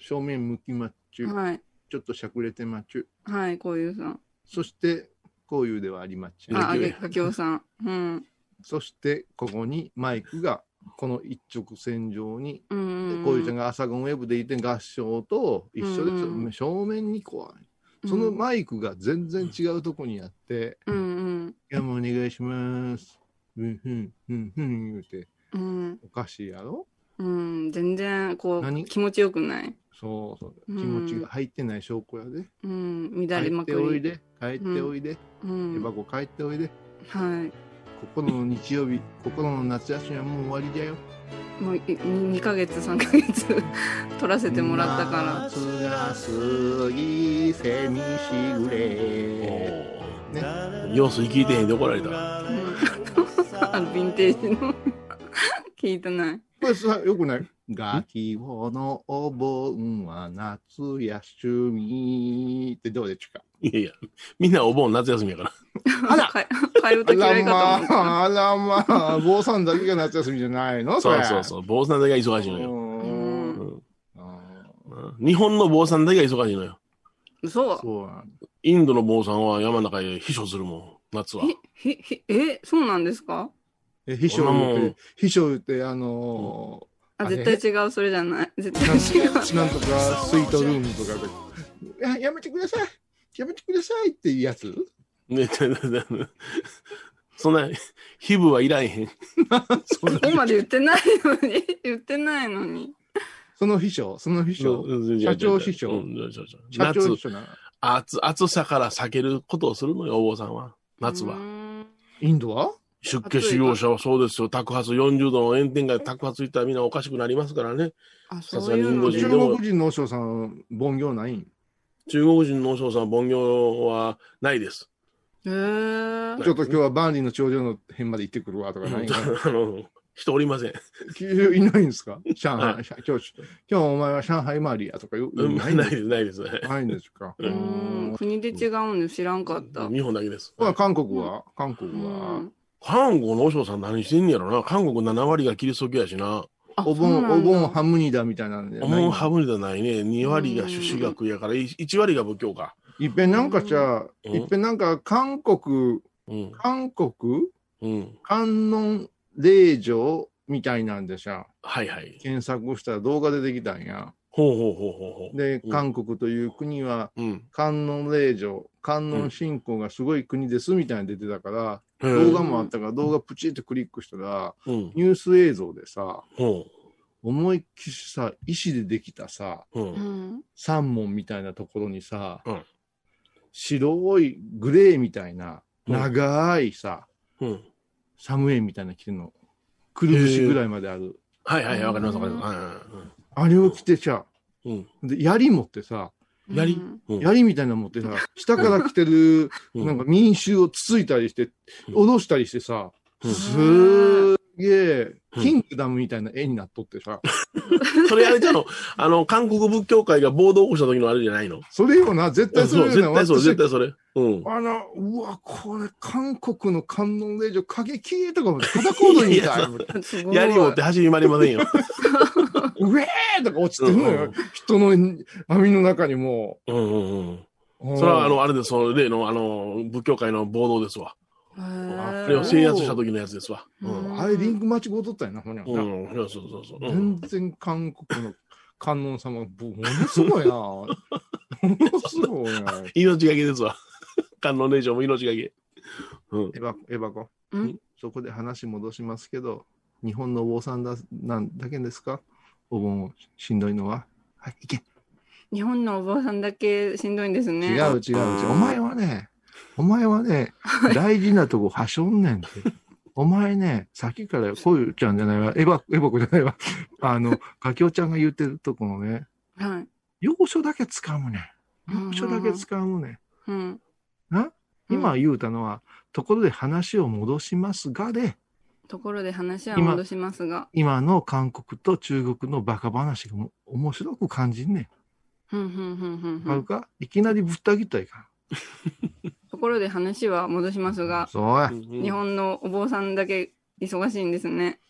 Speaker 3: 正面向きまちゅ。
Speaker 2: はい。
Speaker 3: ちょっとしゃくれてまちゅ。
Speaker 2: はい、こういうさん。
Speaker 3: そして、こういうではありまちゅ。
Speaker 2: あ、あ
Speaker 4: いや
Speaker 2: げ
Speaker 4: いや
Speaker 2: かきょうさん。うん。
Speaker 3: そして、ここにマイクが、この一直線上に、
Speaker 2: うんうんうん。
Speaker 3: こういうちゃんが朝ゴンウェブでいて合唱と一緒ですよ、
Speaker 2: うんうん
Speaker 3: 正面に怖い。その
Speaker 2: ま
Speaker 3: マイクが全然違うとこにあって、
Speaker 2: うんうん。
Speaker 3: いやもうお願いします。うんうんうんうん言うて、
Speaker 2: うん。
Speaker 3: おかしいやろ
Speaker 2: うん。全然、こう、
Speaker 3: 何
Speaker 2: 気持ちよくない。
Speaker 3: そうそう。
Speaker 2: うん
Speaker 3: 気持ちが入ってない証拠やで。
Speaker 2: うん。乱れ
Speaker 3: 帰
Speaker 2: まく
Speaker 3: っておい
Speaker 2: り。
Speaker 3: で、帰っておいで、
Speaker 2: う
Speaker 3: エバ
Speaker 2: ん。
Speaker 3: コ帰っておいで。
Speaker 2: はい。
Speaker 3: 心の日曜日、心の夏休みはもう終わりだよ。
Speaker 2: もう2ヶ月3ヶ月 (laughs) 取らせてもらったから
Speaker 3: 夏が過ぎ、せみしぐれ。
Speaker 4: お
Speaker 3: ね。
Speaker 4: ー要素聞いてへんで怒られた。
Speaker 2: うんあのヴィンテージの (laughs) 聞いてない
Speaker 3: これさ、よくないガキをのお盆は夏休みってどうでちゅか。
Speaker 4: いやいや、みんなお盆夏休みやから。
Speaker 3: あら
Speaker 2: か替え歌
Speaker 3: あ
Speaker 2: 嫌
Speaker 3: ら
Speaker 2: いかと思っ
Speaker 3: まあ、あらまあ、坊さんだけが夏休みじゃないの
Speaker 4: そ
Speaker 3: れ
Speaker 4: うそうそう。坊さんだけが忙しいのよ。
Speaker 2: たう
Speaker 3: うん
Speaker 2: ん
Speaker 4: うん日本の坊さんだけが忙しいのよ。
Speaker 2: 嘘
Speaker 3: そうなんだ
Speaker 4: インドの坊さんは山の中へ秘書するもん、夏は。
Speaker 2: ひひえそうなんですか
Speaker 3: え秘書言
Speaker 4: 俺
Speaker 3: う
Speaker 4: も
Speaker 3: て、秘書言うて、あの
Speaker 2: あ
Speaker 3: あれ
Speaker 2: 絶対違うそれじゃない絶
Speaker 3: ー、
Speaker 2: 対
Speaker 3: なん
Speaker 2: 違う
Speaker 3: なんとか
Speaker 4: (laughs)
Speaker 3: スイートルームとかで、ややめてください、やめてくださいっていうやつ
Speaker 4: ね、 (laughs) だだだそんな、皮膚はいらんへん。そんな
Speaker 2: ここまで言ってないのに言ってないのに
Speaker 3: その秘書、その秘書、
Speaker 4: うん
Speaker 3: 社長秘書
Speaker 4: うんうんそうそう
Speaker 3: 社長
Speaker 4: 夏
Speaker 3: 秘書なの
Speaker 4: 暑、暑さから避けることをするのよ、お坊さんは。夏
Speaker 2: う
Speaker 4: は。
Speaker 2: ん
Speaker 3: インドは
Speaker 4: 出家修行者はそうですよ。宅発40度の炎天下で宅発行ったらみんなおかしくなりますからね。
Speaker 2: あ
Speaker 4: さ
Speaker 2: そ
Speaker 4: す
Speaker 2: う
Speaker 4: が
Speaker 2: い
Speaker 4: に
Speaker 2: うの
Speaker 4: ご
Speaker 3: 中
Speaker 4: 自
Speaker 2: で
Speaker 4: 由
Speaker 3: 国人の和尚さん、凡行ないん
Speaker 4: 中国人の和尚さん、凡行はないです。
Speaker 2: へー
Speaker 3: ちょっと今日は万里の頂上の辺まで行ってくるわとかないんかな
Speaker 4: (laughs) あの、人おりません。
Speaker 3: いないんです
Speaker 4: (laughs)
Speaker 3: か上
Speaker 4: は
Speaker 3: 海、今日、今日お前は上海回りやとか言う
Speaker 4: うん、
Speaker 3: な
Speaker 4: ないい
Speaker 3: ん
Speaker 4: で
Speaker 3: です
Speaker 4: す、ないです。はい
Speaker 3: ないんですか。
Speaker 2: う
Speaker 3: うん
Speaker 2: ん国で違うの知らんかった
Speaker 4: 日本だけです。
Speaker 3: まあ韓国は韓
Speaker 2: う
Speaker 3: 国は
Speaker 2: ん
Speaker 4: 韓国の和尚さん何してんねやろな。韓国7割がキリスト教やしな。
Speaker 2: あ
Speaker 3: お
Speaker 2: そう
Speaker 3: 盆、
Speaker 2: な
Speaker 3: お
Speaker 2: んだ
Speaker 3: 盆ハムニダみたいなんで。
Speaker 4: もう
Speaker 3: ない
Speaker 4: ハブリだないね。2割が朱子学やから、1割が仏教か。
Speaker 3: いっぺんなんかじゃあ、
Speaker 4: うん
Speaker 3: いっぺんなんか韓国、
Speaker 4: うん。
Speaker 3: 韓国、
Speaker 4: うん。
Speaker 3: 観音霊場みたいなんでさ、
Speaker 4: はいはい。
Speaker 3: 検索したら動画出てきたんや。
Speaker 4: ほうほうほうほうほう。
Speaker 3: で、
Speaker 4: うん
Speaker 3: 韓国という国は、
Speaker 4: うん。
Speaker 3: 観音霊場、観音信仰がすごい国ですみたいに出てたから、
Speaker 4: へ
Speaker 3: 動
Speaker 4: え
Speaker 3: 画もあったから、動画プチッとクリックしたら、
Speaker 4: うん。
Speaker 3: ニュース映像でさ、
Speaker 4: ほ
Speaker 3: 思いっきりさ、石でできたさ、
Speaker 4: う。う。
Speaker 2: うんん
Speaker 3: 三門みたいなところにさ、
Speaker 4: うん
Speaker 3: 白いグレーみたいな、
Speaker 4: うん
Speaker 3: 長いさ、
Speaker 4: うん。
Speaker 3: サムエンみたいなの着てるの、くるぶしぐらいまである。
Speaker 4: はいはい、わかりますわかります。はいはいはい
Speaker 3: あれを着てさ、
Speaker 4: うん。
Speaker 3: で、槍持ってさ、
Speaker 4: やり
Speaker 2: うん
Speaker 4: うん
Speaker 3: 槍みたいなの持ってさ、下から来てる、
Speaker 4: うん
Speaker 3: なんか民衆をつついたりして、
Speaker 4: うん
Speaker 3: 脅したりしてさ、
Speaker 4: うん
Speaker 3: すーげえ、
Speaker 4: うん
Speaker 3: キングダムみたいな絵になっとってさ、
Speaker 4: それあれじゃの、 (laughs) あの、韓国仏教会が暴動を起こした時のあれじゃないの
Speaker 3: それよな、絶対そ
Speaker 4: そう、
Speaker 3: れよ
Speaker 4: 絶
Speaker 3: な、
Speaker 4: 対そう、
Speaker 3: 私
Speaker 4: 絶対それ。うん。
Speaker 3: あの、うわ、これ、韓国の観音令場、過激とかも叩こうとにいた。
Speaker 2: すごい。
Speaker 4: 槍持って走り回りませんよ。
Speaker 3: うえーとか落ちてるの
Speaker 4: うんう
Speaker 3: よ
Speaker 4: ん。
Speaker 3: 人の網の中にも
Speaker 4: うんうんうん。
Speaker 3: う。
Speaker 4: それはあの、あれです、その例のあの、仏教界の暴動ですわ。
Speaker 2: へ
Speaker 4: あ
Speaker 2: ー
Speaker 4: れを制圧した時のやつですわ。う。
Speaker 2: うん
Speaker 3: あれ、リンク間違うとったよな、ほにゃ
Speaker 4: う
Speaker 3: な。
Speaker 4: ん、そうそうそうそう。うん
Speaker 3: 全然韓国の観音様、ぶものすごいな。ものすごいな。
Speaker 4: 命がけですわ。 (laughs) 観音霊場も命がけ。うん。
Speaker 3: エバ、エバコ
Speaker 2: ん。
Speaker 3: そこで話戻しますけど、日本のお坊さんだ、なんだけですかお盆、しんどいのは。はい、行け。
Speaker 2: 日本のお坊さんだけしんどいんですね。
Speaker 3: 違う違う違う。お前はね、お前はね、大事なとこはしょんねんって。お前ね、さっきからこういうちゃんじゃないわ、エバ、エバ子じゃないわ。あの、かきおちゃんが言ってるとこのね、
Speaker 2: はい。
Speaker 3: 要所だけ使うねん。要所だけ使うねん。
Speaker 2: うん。う
Speaker 3: な
Speaker 2: ん
Speaker 3: 今言うたのは、ところで話を戻しますがで、
Speaker 2: ところで話は戻しますが。
Speaker 3: 今の韓国と中国のバカ話がも面白く感じんねん。
Speaker 2: ふんふんふんふんふ
Speaker 3: なんんか、いきなりぶった切ったらいか
Speaker 2: ところで話は戻しますが
Speaker 3: ん。、そうや。
Speaker 4: 日
Speaker 2: 日本のお坊さんだけ忙しいんですね。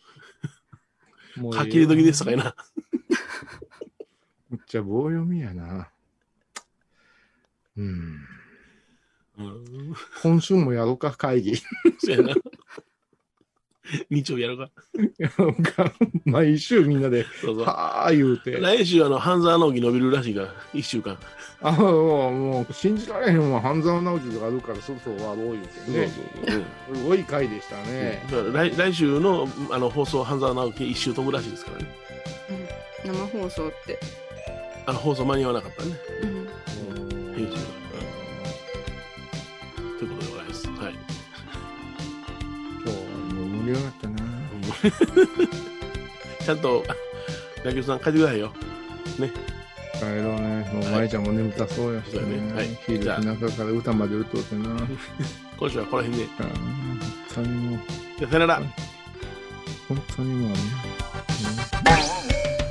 Speaker 3: もう
Speaker 4: 書き入れ時でしたかいな。
Speaker 3: めっちゃ棒読みやな。うん。
Speaker 4: うん。
Speaker 3: 今週もやろうか、会議。 (laughs)
Speaker 4: そうやな。 (laughs) 日曜日やるか。
Speaker 3: やろうか。毎週みんなで、
Speaker 4: そうそう。
Speaker 3: はあ言うて。
Speaker 4: 来週、あの、半沢直樹伸びるらしいから、一週間。
Speaker 3: あもう、もう、信じられへんわ。半沢直樹があるから、そろそろ終わろう言うてね。
Speaker 4: そうそう。
Speaker 3: すごい回でしたね。
Speaker 4: うん来来週のあの放送、半沢直樹一週飛ぶらしいですからね。
Speaker 2: 生放送って。
Speaker 4: あの放送間に合わなかったね。
Speaker 2: うん
Speaker 4: 編集が。うん。ということでございます。はい。
Speaker 3: 今日はもう盛り上がったな。
Speaker 4: (laughs) ちゃんと、野球さん書いてくださいよ。
Speaker 3: 帰ろうね。もう、舞ちゃんも眠たそうやし
Speaker 4: そうやね
Speaker 3: ね。
Speaker 4: はい
Speaker 3: ヒールの中から歌まで歌うてな。
Speaker 4: 今週はこの辺で。
Speaker 3: あー本当にもう、
Speaker 4: じゃあさよなら。
Speaker 3: 本当にもうね。うん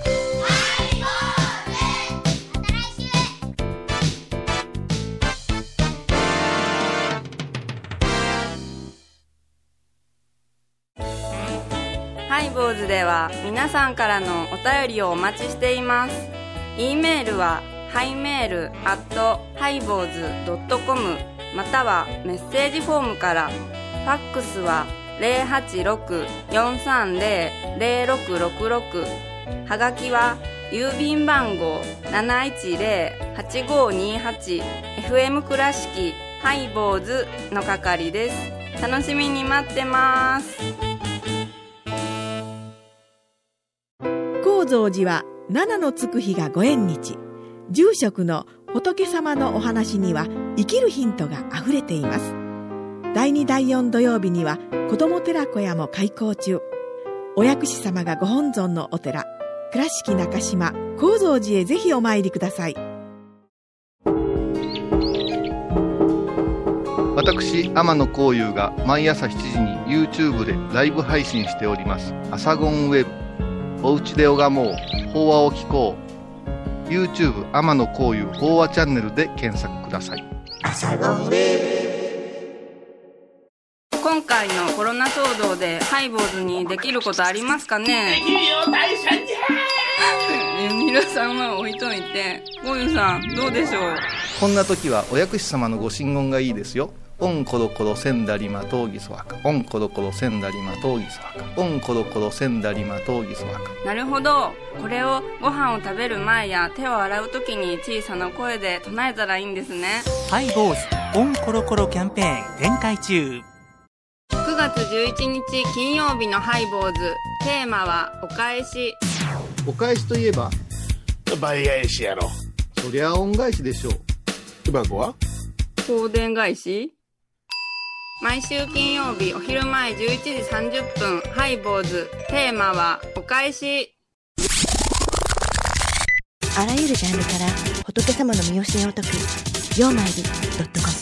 Speaker 2: ハイボーズでは皆さんからのお便りをお待ちしています。e メールはハイメールアットハイボーズドットコムまたはメッセージフォームから。ファックスは086-430-0666はがきは郵便番号710-8528 FM 倉敷ハイボーズの係です。楽しみに待ってます。
Speaker 8: 高蔵寺は七のつく日がご縁日住職の仏様のお話には生きるヒントがあふれています第2第4土曜日には子ども寺小屋も開校中お薬師様がご本尊のお寺倉敷中島・高蔵寺へぜひお参りください
Speaker 9: 私天野幸雄が毎朝7時に YouTube でライブ配信しております「アサゴンウェブ」「おうちで拝もう法話を聞こう」YouTube 天野幸雄法話チャンネルで検索ください
Speaker 2: 今回のコロナ騒動でハイボーズにできることありますかねできるよ大社じゃ皆さんは置いといてゴユさんどうでしょう
Speaker 9: こんな時はお薬師様のご神言がいいですよオンコロコロセンダリマトウギソワカオンコロコロセンダリマトウギソワカオンコロコロセンダリマトウギソワカ
Speaker 2: なるほどこれをご飯を食べる前や手を洗う時に小さな声で唱えたらいいんですね
Speaker 7: ハイボーズオンコロコロキャンペーン展開中
Speaker 2: 9月11日金曜日のハイボーズテーマは「お返し
Speaker 3: お返しといえば、
Speaker 4: 倍返しやろ。
Speaker 3: そりゃ恩返しでしょう。
Speaker 4: 今子は
Speaker 2: 香典返し」毎週金曜日お昼前11時30分ハイボーズテーマは「お返し」
Speaker 10: あらゆるジャンルから仏様の身教えを解く「曜マイルドットコム」